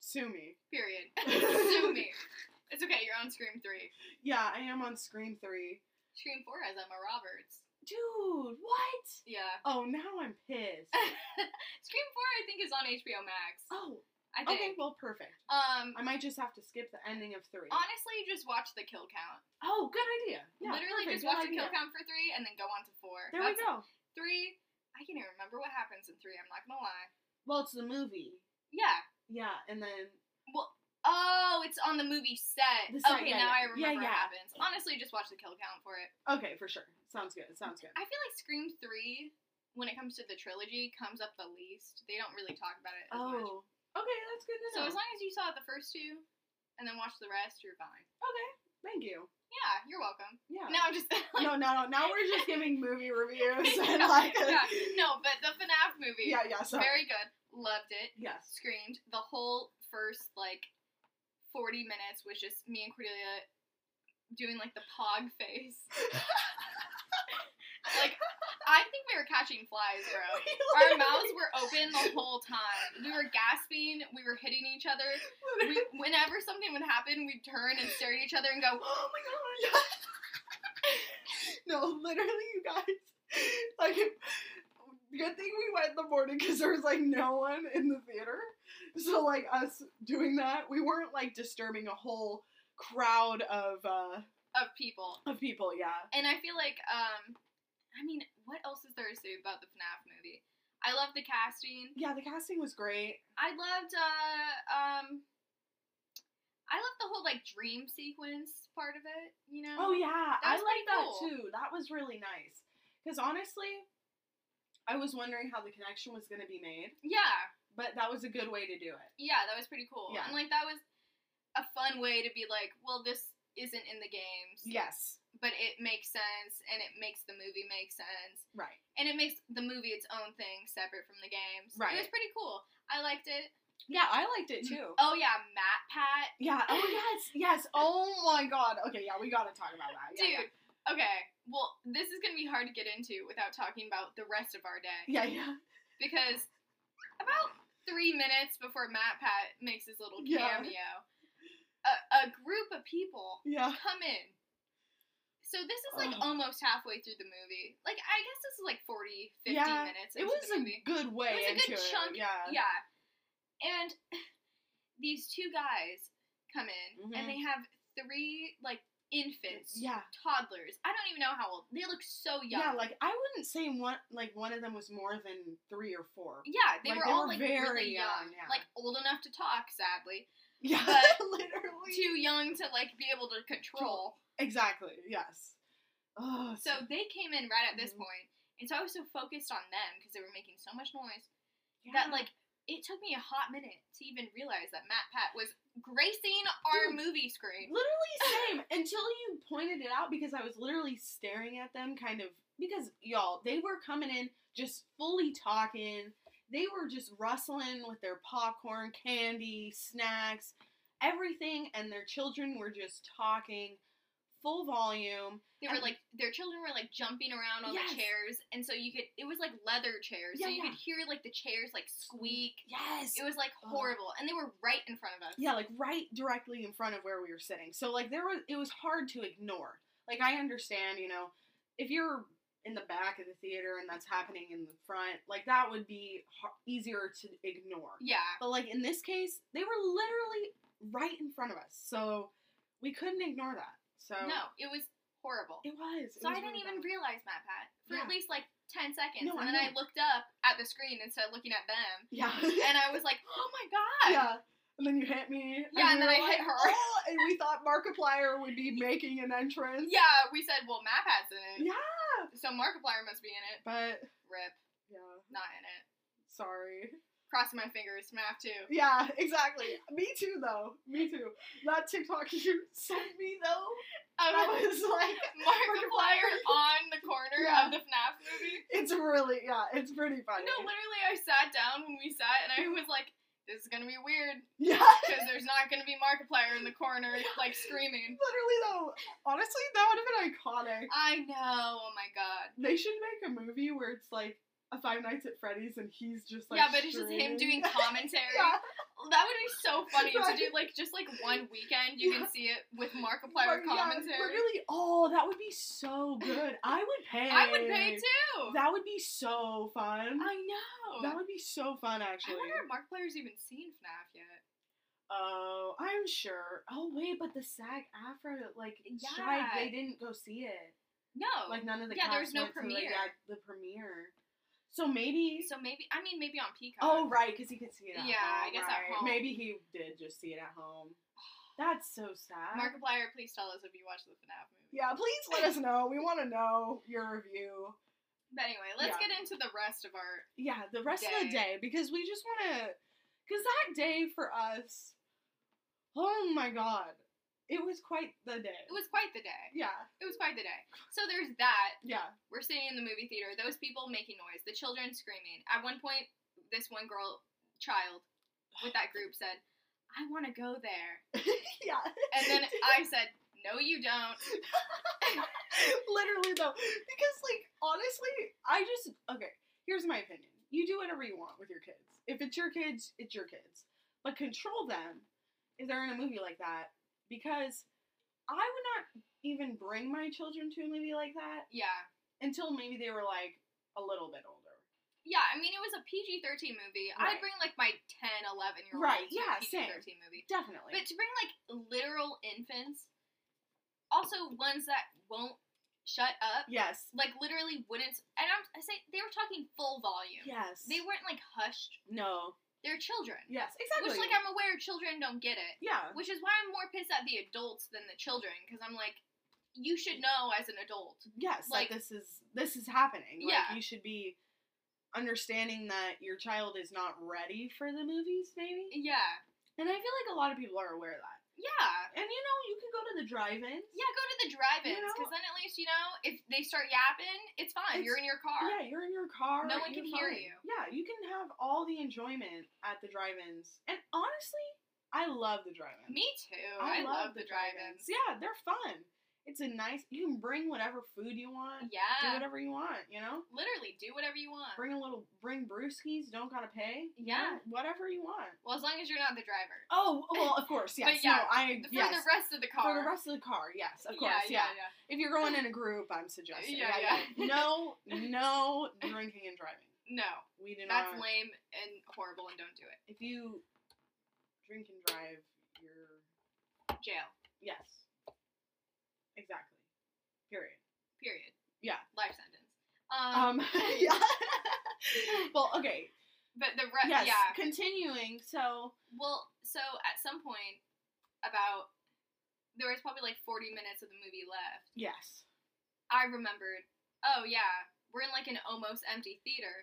sue me. period. Sue me. It's okay. You're on Scream three. Yeah, I am on Scream 3. Scream four has Emma Roberts. Dude, what? Yeah. Oh, now I'm pissed. Scream four, I think, is on HBO Max. Oh, I think. okay, well, perfect. Um. I might just have to skip the ending of 3. Honestly, just watch the kill count. Oh, good idea. Yeah, Literally, perfect, just good watch the idea. kill count for three, and then go on to four. There That's we go. Three. I can't even remember what happens in three. I'm not gonna lie. Well, it's the movie. Yeah. Yeah, and then Oh, it's on the movie set. The set, okay, yeah, yeah. now I remember Yeah, what yeah. happens. Honestly, just watch the kill count for it. okay, for sure. Sounds good. Sounds good. I feel like Scream Three, when it comes to the trilogy, comes up the least. They don't really talk about it as much. Oh, okay, that's good to So know. as long as you saw the first two, and then watched the rest, you're fine. okay, thank you. Yeah, you're welcome. Yeah. No, I'm just like, no, no, no. Now we're just giving movie reviews and yeah, like. yeah, no, but the FNAF movie, yeah, yeah. So very good. Loved it. yes, Screamed the whole first like forty minutes was just me and Cordelia doing like the pog face. like I think we were catching flies, bro. Our mouths were open the whole time. We were gasping. We were hitting each other. We, whenever something would happen, we'd turn and stare at each other and go, Oh my god. no, literally, you guys. Like, good thing we went in the morning because there was like no one in the theater. So like us doing that, we weren't like disturbing a whole crowd of uh of people. of people. Yeah. And I feel like, um, I mean, what else is there to say about the FNAF movie? I loved the casting. Yeah, the casting was great. I loved, uh, um, I loved the whole like dream sequence part of it. You Oh know? yeah, I was like pretty that cool. too. That was really nice. Because honestly, I was wondering how the connection was going to be made, Yeah. but that was a good way to do it. Yeah, that was pretty cool. Yeah. And like that was a fun way to be like, well, this isn't in the games. Yes. But it makes sense, and it makes the movie make sense, Right. and it makes the movie its own thing, separate from the games. Right. It was pretty cool. I liked it. Yeah, I liked it too. Oh yeah, Matt Pat, Yeah. Oh yes, yes. Oh my god. Okay, yeah, we gotta talk about that. Yeah, dude. Okay, well, this is gonna be hard to get into without talking about the rest of our day. Yeah, yeah. because about three minutes before Matt Pat makes his little Yeah. cameo, a, a group of people Yeah. come in. So this is like Ugh. almost halfway through the movie. Like I guess this is like 40, 50 Yeah, minutes It into was the a movie. good way It was a into good chunk- it. Yeah. Yeah. And these two guys come in and Mhm. they have three like infants, Yeah. toddlers. I don't even know how old. They look so young. Yeah, like I wouldn't say one like one of them was more than three or four. Yeah, they Like, were they all were like very really young, young, yeah. like old enough to talk, sadly. Yeah, But- literally. too young to like be able to control. Exactly. Yes. Oh, So they came in right at this Mhm. point, and so I was so focused on them because they were making so much noise yeah. that like it took me a hot minute to even realize that Matt Pat was gracing our Dude. movie screen. literally same until you pointed it out because I was literally staring at them, kind of because y'all they were coming in just fully talking. They were just rustling with their popcorn, candy, snacks, everything, and their children were just talking full volume. They and- were like their children were like jumping around on Yes. the chairs, and so you could it was like leather chairs, so Yeah, you could hear like the chairs like squeak. Yes. It was like Ugh. horrible, and they were right in front of us. Yeah, like right directly in front of where we were sitting. So like there was it was hard to ignore. Like I understand, you know, if you're in the back of the theater and that's happening in the front, like that would be har- easier to ignore. Yeah. But like in this case, they were literally right in front of us. So we couldn't ignore that. So No, it was horrible. It was. It So was I didn't really even bad. realize Matt Pat for at Yeah. least like ten seconds, No, I and then I know. looked up at the screen instead of looking at them, Yeah. and I was like, "Oh my god!" yeah. And then you hit me. Yeah, and we then were I hit like, her. "Oh," and we thought Markiplier would be making an entrance. Yeah, we said, "Well, Matt Pat's in it, Yeah. so Markiplier must be in it." But Rip, yeah, not in it. sorry. Crossing my fingers, Matt too. Yeah, exactly. Me too, though. Me too. That TikTok you sent me though, I Um, was like, Markiplier on the corner Yeah. of the FNAF movie. it's really yeah, it's pretty funny. No, literally, I sat down when we sat, and I was like, "This is gonna be weird yeah, because there's not gonna be Markiplier in the corner like screaming." literally though. Honestly, that would have been iconic. I know. Oh my god. They should make a movie where it's like a Five Nights at Freddy's and he's just like yeah, but it's just screaming. him doing commentary. yeah, That would be so funny to Right. do like just like one weekend you can see it with Like, Markiplier yeah, commentary. literally, oh, that would be so good. I would pay. I would pay too. That would be so fun. I know. That would be so fun, actually. I wonder if Markiplier's even seen FNAF yet. Oh, I'm sure. Oh wait, but the SAG Afro like Yeah. strike, they didn't go see it. No. Like none of the Yeah, there cast was no went to the- premiere. yeah, the premiere. So maybe. so maybe I mean maybe on Peacock. oh right, because he could see it. At Yeah, home, I guess at right. home. Maybe he did just see it at home. That's so sad. Markiplier, please tell us if you watched the FNAF movie. yeah, please let us know. We want to know your review. But anyway, let's Yeah. get into the rest of our Yeah, the rest of the day Day. because we just want to. Because that day for us, oh my god, it was quite the day. it was quite the day. Yeah, It was quite the day. So there's that. yeah. We're sitting in the movie theater. Those people making noise. The children screaming. At one point, this one girl, child, with that group said, "I want to go there," yeah. and then I said, "No, you don't." Literally though, because like honestly, I just okay. Here's my opinion: you do whatever you want with your kids. If it's your kids, it's your kids. But control them if they're in a movie like that, because I would not even bring my children to a movie like that Yeah, until maybe they were like a little bit older. yeah. I mean, it was a PG-13 movie. Right. I'd bring like my 10, 11 year old Right, to yeah, a PG-13 movie, Definitely. but to bring like literal infants, also ones that won't shut up, yes. like literally wouldn't. And I'm, I say they were talking full volume. Yes. They weren't like hushed. no. They're children. Yes. Exactly. Which, like, I'm aware children don't get it. yeah. Which is why I'm more pissed at the adults than the children, because I'm like, you should know as an adult. yes like Like- this is this is happening like Yeah. you should be understanding that your child is not ready for the movies maybe Yeah. and i feel like a lot of people are aware of that Yeah. And you know, you can go to the drive-ins. Yeah, go to the drive-ins You know- because then at least you know if they start yapping, it's fine. It's- You're in your car. Yeah, you're in your car. No one you're can hear fine. you. Yeah, you can have all the enjoyment at the drive-ins. And honestly, I love the drive-ins. Me too. I, love, the drive-ins. Yeah, they're fun. It's a nice. You can bring whatever food you want. Do Yeah. whatever you want. You know, Literally, do whatever you want. bring a little. Bring brewskis. Don't gotta pay. you Yeah. know, whatever you want. Well, as long as you're not the driver. Oh well, of course. Yes. But no, yeah, I For yes. the rest of the car. For the rest of the car, yes, of course, yeah. Yeah, yeah, If you're going in a group, I'm suggesting. Yeah, yeah. No, no drinking and driving. No, We do that's not. lame and horrible, and don't do it. If you drink and drive, you're Jail. yes, exactly. Period. Period. Yeah. Life sentence. Um. Um. yeah. well, okay. But the rest. Yes. Uh, Yeah. Continuing. So Well, so at some point, about there was probably like 40 minutes of the movie left. yes. I remembered. Oh yeah, we're in like an almost empty theater.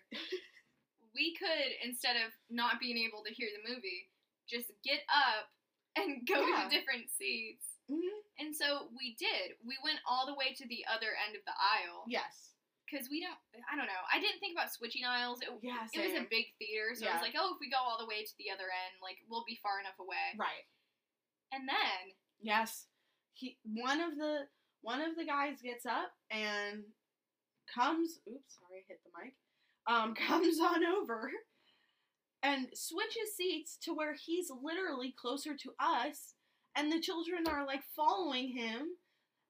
we could instead of not being able to hear the movie, just get up and go Yeah. to different seats. Mhm. And so we did. We went all the way to the other end of the aisle Yes. because we don't. I don't know. I didn't think about switching aisles. It, Yeah. it was a same. big theater, so I Yeah. was like, oh, if we go all the way to the other end, like we'll be far enough away. right. And then Yes. He one of the one of the guys gets up and comes oops, sorry, I hit the mic. Um comes on over and switches seats to where he's literally closer to us and the children are like following him.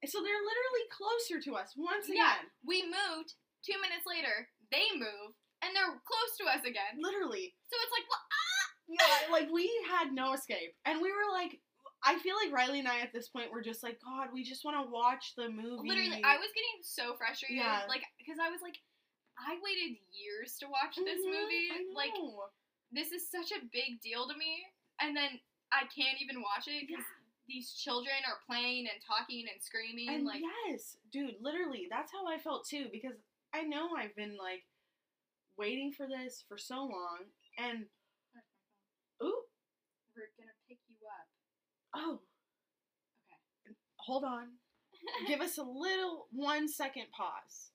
So they're literally closer to us once again. Yeah. we moved. Two minutes later, they move, and they're close to us again. Literally. So it's like, what? Yeah, like we had no escape. And we were like I feel like Riley and I at this point were just like, God, we just want to watch the movie. Literally, I was getting so frustrated. Yeah. Like, because I was like, I waited years to watch this Mhm, movie. I Like, know. this is such a big deal to me. And then I can't even watch Yeah. it because these children are playing and talking and screaming. And like, yes, dude, literally, that's how I felt too because I know I've been like waiting for this for so long and ooh, we're gonna pick you up. oh. Hold on. Give us a little one second pause.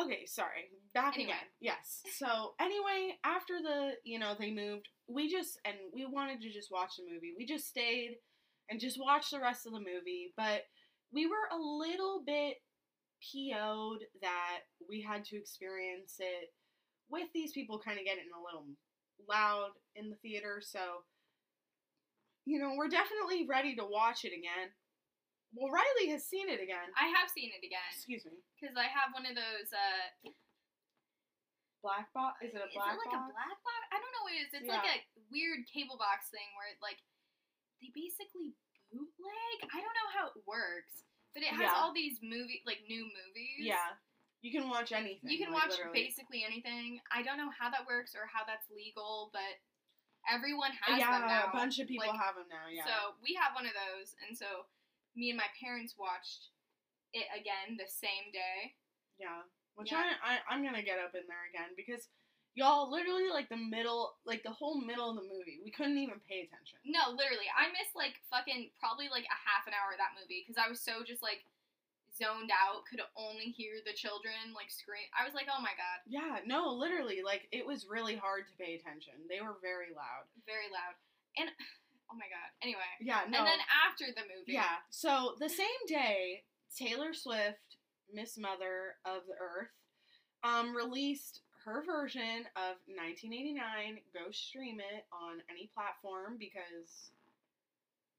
Okay, sorry. Back Anyway. again. Yes. So anyway, after the you know they moved, we just and we wanted to just watch the movie. We just stayed and just watched the rest of the movie, but we were a little bit PO'd that we had to experience it with these people kind of getting a little loud in the theater. So, you know, we're definitely ready to watch it again. Well, Riley has seen it again. I have seen it again Excuse me. because I have one of those. uh Black box? Is it a black Is it like box? a black box? I don't know what it is. It's like a weird cable box thing where it like they basically bootleg. I don't know how it works, but it has Yeah. all these movie like new movies. Yeah. You can watch anything. You can like, watch literally. basically anything. I don't know how that works or how that's legal, but everyone has Yeah, them now. a bunch of people Like, have them now. Yeah. So we have one of those, and so me and my parents watched it again the same day. Yeah. Which Yeah. I, I I'm gonna get up in there again because y'all literally like the middle like the whole middle of the movie. We couldn't even pay attention. No, literally, I missed like fucking probably like a half an hour of that movie because I was so just like zoned out, could only hear the children like scream. I was like, oh my god, Yeah, no, literally, like it was really hard to pay attention. They were very loud. very loud, and oh my god. Anyway, Yeah, no. and then after the movie, yeah. So the same day, Taylor Swift, Miss Mother of the Earth, um, released her version of 1989. Go stream it on any platform because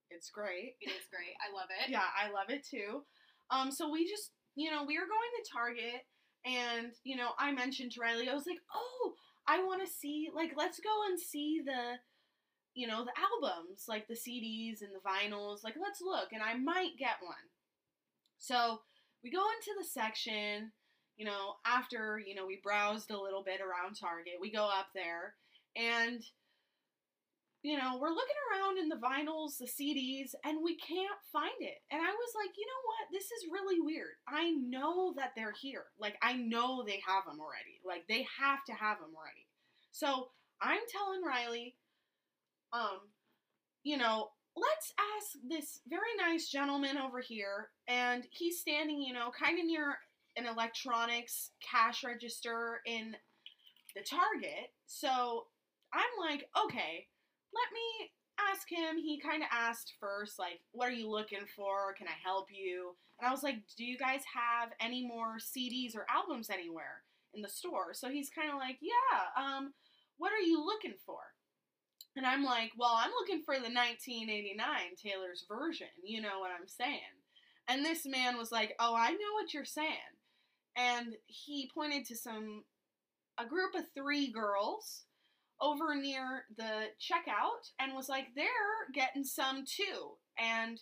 it's great. it is great. I love it. Yeah, I love it too. Um, so we just, you know, we were going to Target, and you know, I mentioned to Riley, I was like, "Oh, I want to see, like, let's go and see the, you know, the albums, like the CDs and the vinyls. Like, let's look, and I might get one." So we go into the section. You know, after you know, we browsed a little bit around Target. We go up there, and you know, we're looking around in the vinyls, the CDs, and we can't find it. And I was like, you know what? This is really weird. I know that they're here. Like, I know they have them already. Like, they have to have them already. So I'm telling Riley, um, you know, let's ask this very nice gentleman over here, and he's standing, you know, kind of near an electronics cash register in the Target. So I'm like, okay, let me ask him. He kind of asked first, like, what are you looking for? Can I help you? And I was like, do you guys have any more CDs or albums anywhere in the store? So he's kind of like, yeah, um, what are you looking for? And I'm like, well, I'm looking for the 1989 Taylor's version. You know what I'm saying? And this man was like, oh, I know what you're saying. And he pointed to some, a group of three girls over near the checkout and was like, they're getting some too. And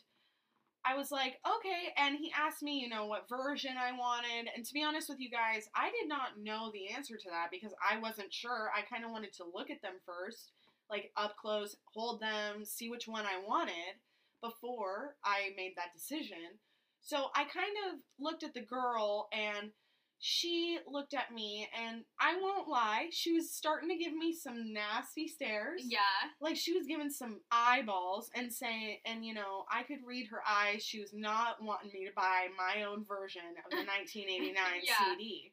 I was like, okay. And he asked me, you know, what version I wanted. And to be honest with you guys, I did not know the answer to that because I wasn't sure. I kind of wanted to look at them first, like up close, hold them, see which one I wanted before I made that decision. So I kind of looked at the girl and she looked at me and I won't lie, she was starting to give me some nasty stares Yeah. like she was giving some eyeballs and saying and you know i could read her eyes she was not wanting me to buy my own version of the 1989 Yeah. cd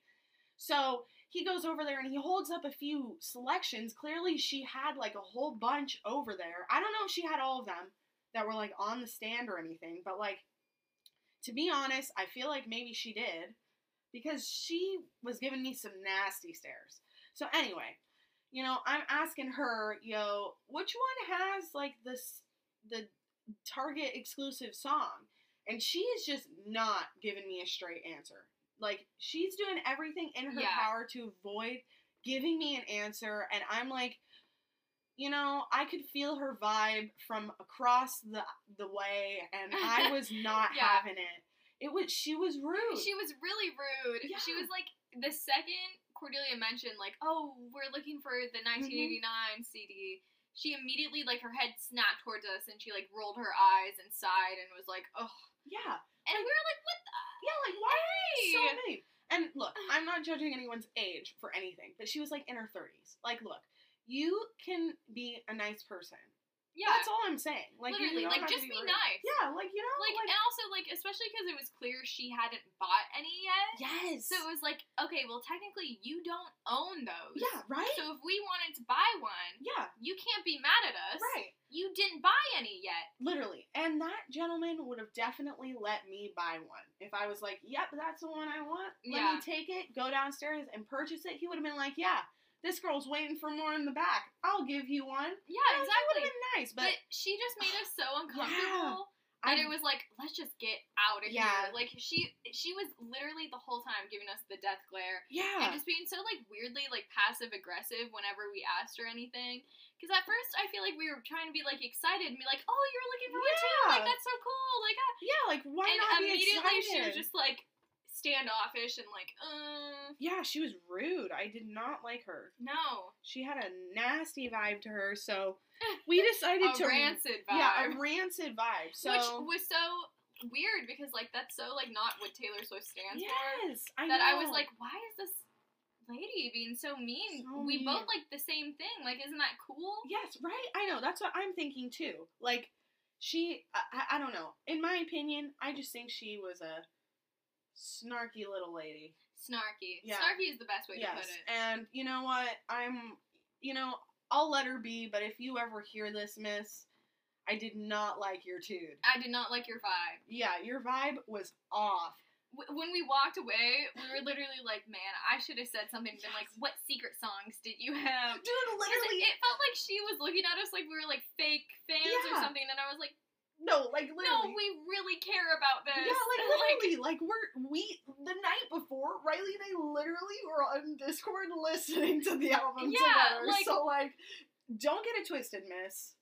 so he goes over there and he holds up a few selections clearly she had like a whole bunch over there i don't know if she had all of them that were like on the stand or anything but like to be honest i feel like maybe she did because she was giving me some nasty stares so anyway you know, I'm asking her, yo, which one has like this the Target exclusive song? And she is just not giving me a straight answer. Like she's doing everything in her Yeah. power to avoid giving me an answer and I'm like you know, I could feel her vibe from across the the way and I was not Yeah. having it. It was she was rude. She was really rude. She Yeah. was like the second Cordelia mentioned like, "Oh, we're looking for Mm-hmm. the 1989 CD." She immediately like her head snapped towards us and she like rolled her eyes and sighed and was like, "Oh." yeah. And we were like, "What the Yeah, like why so hey?" mean. And look, I'm not judging anyone's age for anything, but she was like in her 30s. Like, look, you can be a nice person. Yeah. That's all I'm saying. Like, you literally, don't like have to just be rude. nice. Yeah, like you know, Like, like, and also like especially cuz it was clear she hadn't bought any yet. yes, So it was like, "Okay, well technically you don't own those." yeah, right, So if we wanted to buy one, yeah, you can't be mad at us. right, You didn't buy any yet. literally. And that gentleman would have definitely let me buy one if I was like, "Yep, that's the one I want. Let Yeah. me take it, go downstairs and purchase it." He would have been like, "Yeah, this girl's waiting for more in the back. I'll give you one." Yeah, You know, He would exactly. have been nice, but, But, she just made us so uncomfortable I that it was like, let's just get out of Yeah. here. Like she she was literally the whole time giving us the death glare yeah, and just being so like weirdly like passive aggressive whenever we asked her anything. Because at first I feel like we were trying to be like excited and be like, oh, you're looking for one too. Like Yeah. that's so cool. Like ah." Yeah, like why and not be immediately excited? she was just like standoffish and like, uh, yeah, she was rude. I did not like her. no, She had a nasty vibe to her, so we decided a to rancid vibe. yeah a rancid vibe. So Which was so weird because like that's so like not what Taylor Swift stands for. yes, I That I know. was like, why is this lady being so mean? So we both mean. like the same thing. Like, isn't that cool? yes, right. I know that's what I'm thinking too. Like she, I, I- I don't know. In my opinion, I just think she was a snarky little lady. Snarky. Yeah. Snarky is the best way to yes, put it. and you know what? I'm, you know, I'll let her be. But if you ever hear this, Miss, I did not like your dude. I did not like your vibe. Yeah, your vibe was off. Wh- When we walked away, we were literally like, "Man, I should have said something." Been like, Yes. "What secret songs did you have?" Dude, 'Cause literally, it felt like she was looking at us like we were like fake fans or Yeah. something, and I was like, no, like literally. "No, we really care about this." yeah, like literally, like, we're we the night before Riley and I literally were on Discord listening to the album Yeah, together. like- so like, don't get it twisted, Miss.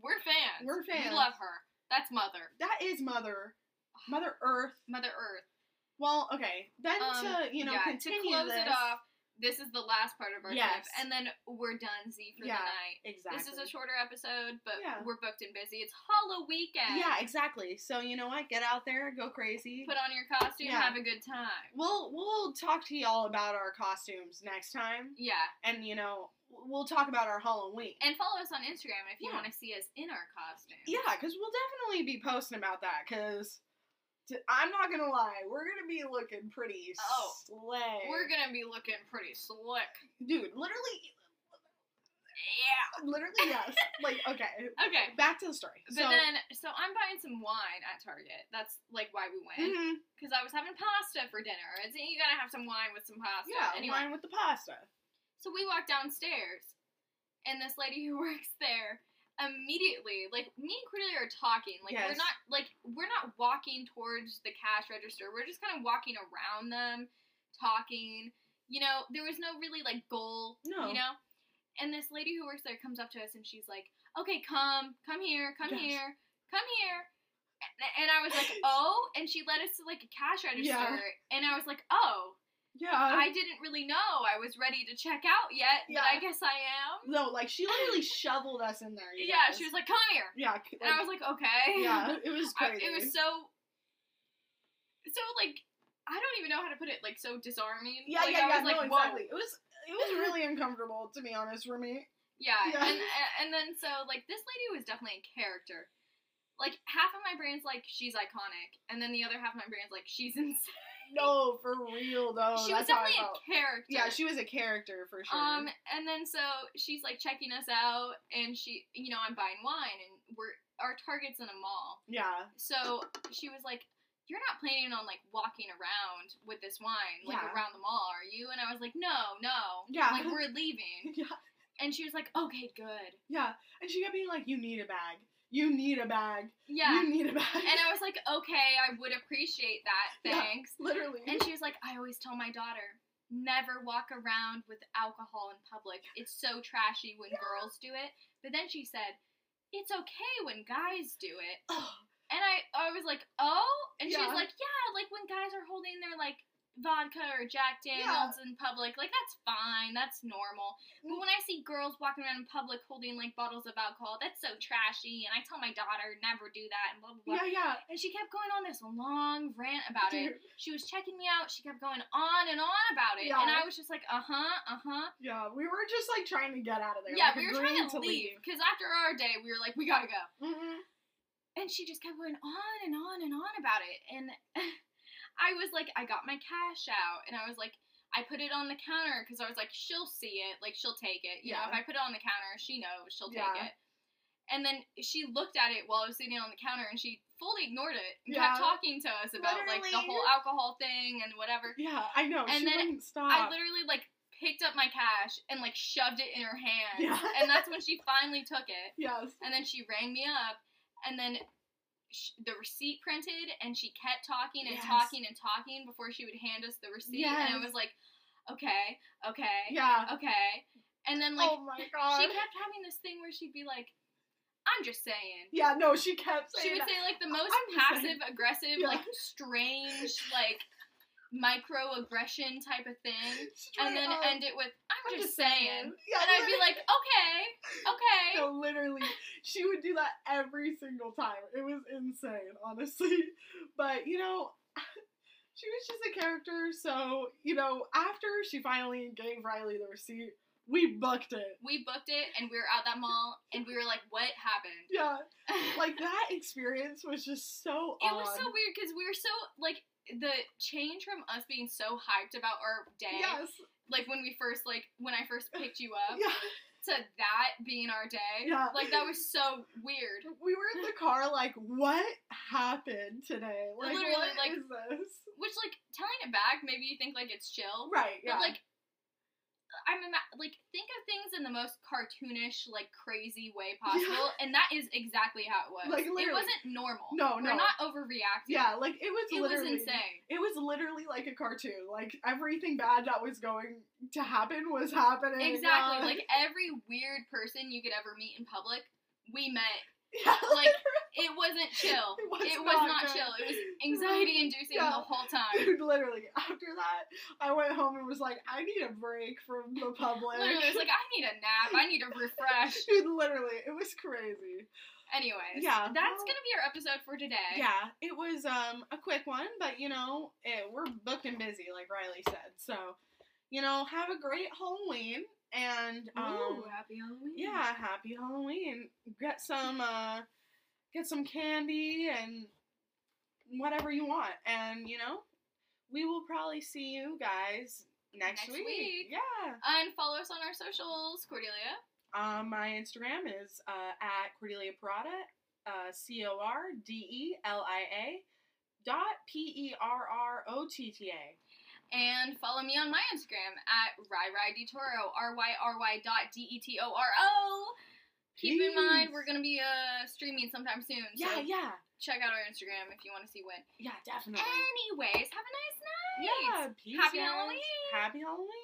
We're fans. We're fans. We love her. That's Mother. That is Mother, Mother Earth. Mother Earth. Well, okay, then Um, to you know yeah, continue to close this. it off, This is the last part of our Yes. trip, and then we're done Z for Yeah, the night. Exactly. This is a shorter episode, but Yeah. we're booked and busy. It's Hollow weekend. Yeah, exactly. So you know what? Get out there, go crazy. Put on your costume, Yeah. have a good time. we'll we'll talk to y'all about our costumes next time, Yeah, and you know we'll talk about our Halloween. and follow us on Instagram if you Yeah. want to see us in our costumes. Yeah, because we'll definitely be posting about that. Because t- I'm not gonna lie, we're gonna be looking pretty Oh. slay. we're gonna be looking pretty slick. dude, literally, Yeah. literally yes. like okay, Okay. back to the story. But so, then, so I'm buying some wine at Target. That's like why we went Mhm, because I was having pasta for dinner. It's, you gotta have some wine with some pasta. yeah, anyway. wine with the pasta. So we walk downstairs, and this lady who works there immediately, like me and Cordelia are talking. Like Yes. we're not like we're not walking towards the cash register. We're just kind of walking around them, talking. You know, there was no really like goal. No. You know, and this lady who works there comes up to us and she's like, "Okay, come, come here, come Yes. here, come here." A- And I was like, "Oh," and she led us to like a cash register, and I was like, "Oh." Yeah. I didn't really know I was ready to check out yet, but I Yeah. guess I am. no, like she literally shoveled us in there. you Yeah, guys. she was like, "Come here," Yeah, c- and I was like, "Okay." yeah, it was I- crazy. it was so, so like I don't even know how to put it. Like so disarming. Yeah, like, yeah, I yeah. was like, no, "Whoa." exactly. It was it was really uncomfortable to be honest for me. Yeah, Yeah. And and then so like this lady was definitely a character. Like half of my brain's like she's iconic, and then the other half of my brain's like she's insane. No, for real though. she Oh, was that's how I definitely a felt. character. Yeah, she was a character for sure. Um, and then so she's like checking us out, and she, you know, I'm buying wine, and we're our target's in a mall. yeah, So she was like, "You're not planning on like walking around with this wine, like Yeah. around the mall, are you?" And I was like, "No, no, Yeah. like we're leaving." yeah, And she was like, "Okay, good, yeah. And she kept being like, "You need a bag. You need a bag. yeah." You need a bag." And I was like, "Okay, I would appreciate that, Yeah. thanks." literally. And she was like, "I always tell my daughter." Never walk around with alcohol in public. It's so trashy when girls do it. But then she said, It's okay when guys do it. Ugh, And I, I was like, oh? And she Yeah. was like, yeah, like when guys are holding their like vodka or Jack Daniels in public, like that's fine, that's normal. Mm. But when I see girls walking around in public holding like bottles of alcohol, that's so trashy. And I tell my daughter never do that and blah blah blah. yeah, yeah. And she kept going on this long rant about it. Dude, She was checking me out. She kept going on and on about it. And Yeah. I was just like, uh huh, uh huh. yeah, we were just like trying to get out of there. like, Yeah, we were agreeing trying to leave. Because after our day, we were like, we gotta go. Mhm. and she just kept going on and on and on about it and i was like i got my cash out and i was like i put it on the counter because i was like she'll see it like she'll take it you know if Yeah. i put it on the counter she knows she'll take Yeah. it and then she looked at it while i was sitting on the counter and she fully ignored it and Yeah. kept talking to us about like the Literally. whole alcohol thing and whatever Yeah, I know. And she then wouldn't stop. i literally like picked up my cash and like shoved it in her hand Yeah. and that's when she finally took it yes. and then she rang me up, and then sh- the receipt printed, and she kept talking and Yes. talking and talking before she would hand us the receipt. And Yes. I was like, okay, okay, Yeah. okay. And then, like, oh my god. she kept having this thing where she'd be like, I'm just saying. yeah, no, she kept saying She would that. say, like, the I'm most just saying. passive aggressive, Yeah. like, strange, like, microaggression type of thing. Straight and then up. end it with, I'm, I'm just, saying. Yeah, And I'd be like, okay, okay. No, literally, she would do that every single time. It was insane, honestly. But you know, she was just a character. So you know, after she finally gave Riley the receipt, we booked it. We booked it and we were at that mall and we were like, what happened? Yeah, like that experience was just so. it was odd. so weird because we were so, like, the change from us being so hyped about our day, Yes. like when we first, like, when I first picked you up, Yeah. to that being our day, Yeah. like, that was so weird. We were in the car, like, what happened today? Like, Literally, what like- is this? Which, like, telling it back, maybe you think, like, it's chill. Right. Yeah. But, like, I'm ima- like think of things in the most cartoonish, like crazy way possible, and that is exactly how it was. Like, it literally. wasn't normal. No, no. we're not overreacting. yeah, like it was it was literally insane. It was literally like a cartoon. Like everything bad that was going to happen was happening. Exactly. Uh, Like every weird person you could ever meet in public, we met Yeah, Like, it wasn't chill. It was It was not not good. chill. It was anxiety inducing Yeah. the whole time. Dude, literally, after that, I went home and was like, I need a break from the public. Literally, it's like, I need a nap. I need a refresh. Dude, literally, it was crazy. Anyways, Yeah, that's well- gonna be our episode for today. Yeah, it was um a quick one, but you know, it, we're booked and busy, like Riley said. So, you know, have a great Halloween and um, Ooh, happy Halloween. yeah, happy Halloween. Get some uh, get some candy and whatever you want, and you know, we will probably see you guys next, Next week. Yeah. And follow us on our socials, Cordelia. Um, my Instagram is uh, at Cordelia Parada, uh, C O R D E L I A dot P E R R O T T A. And follow me on my Instagram at RyRyDetoro, R-Y-R-Y dot E D-E-T-O-R-O. Keep in mind, Please. we're going to be uh, streaming sometime soon, so Yeah, yeah, check out our Instagram if you want to see when. yeah, definitely. Anyways, have a nice night! yeah, peace, Happy guys. Halloween. Happy Halloween.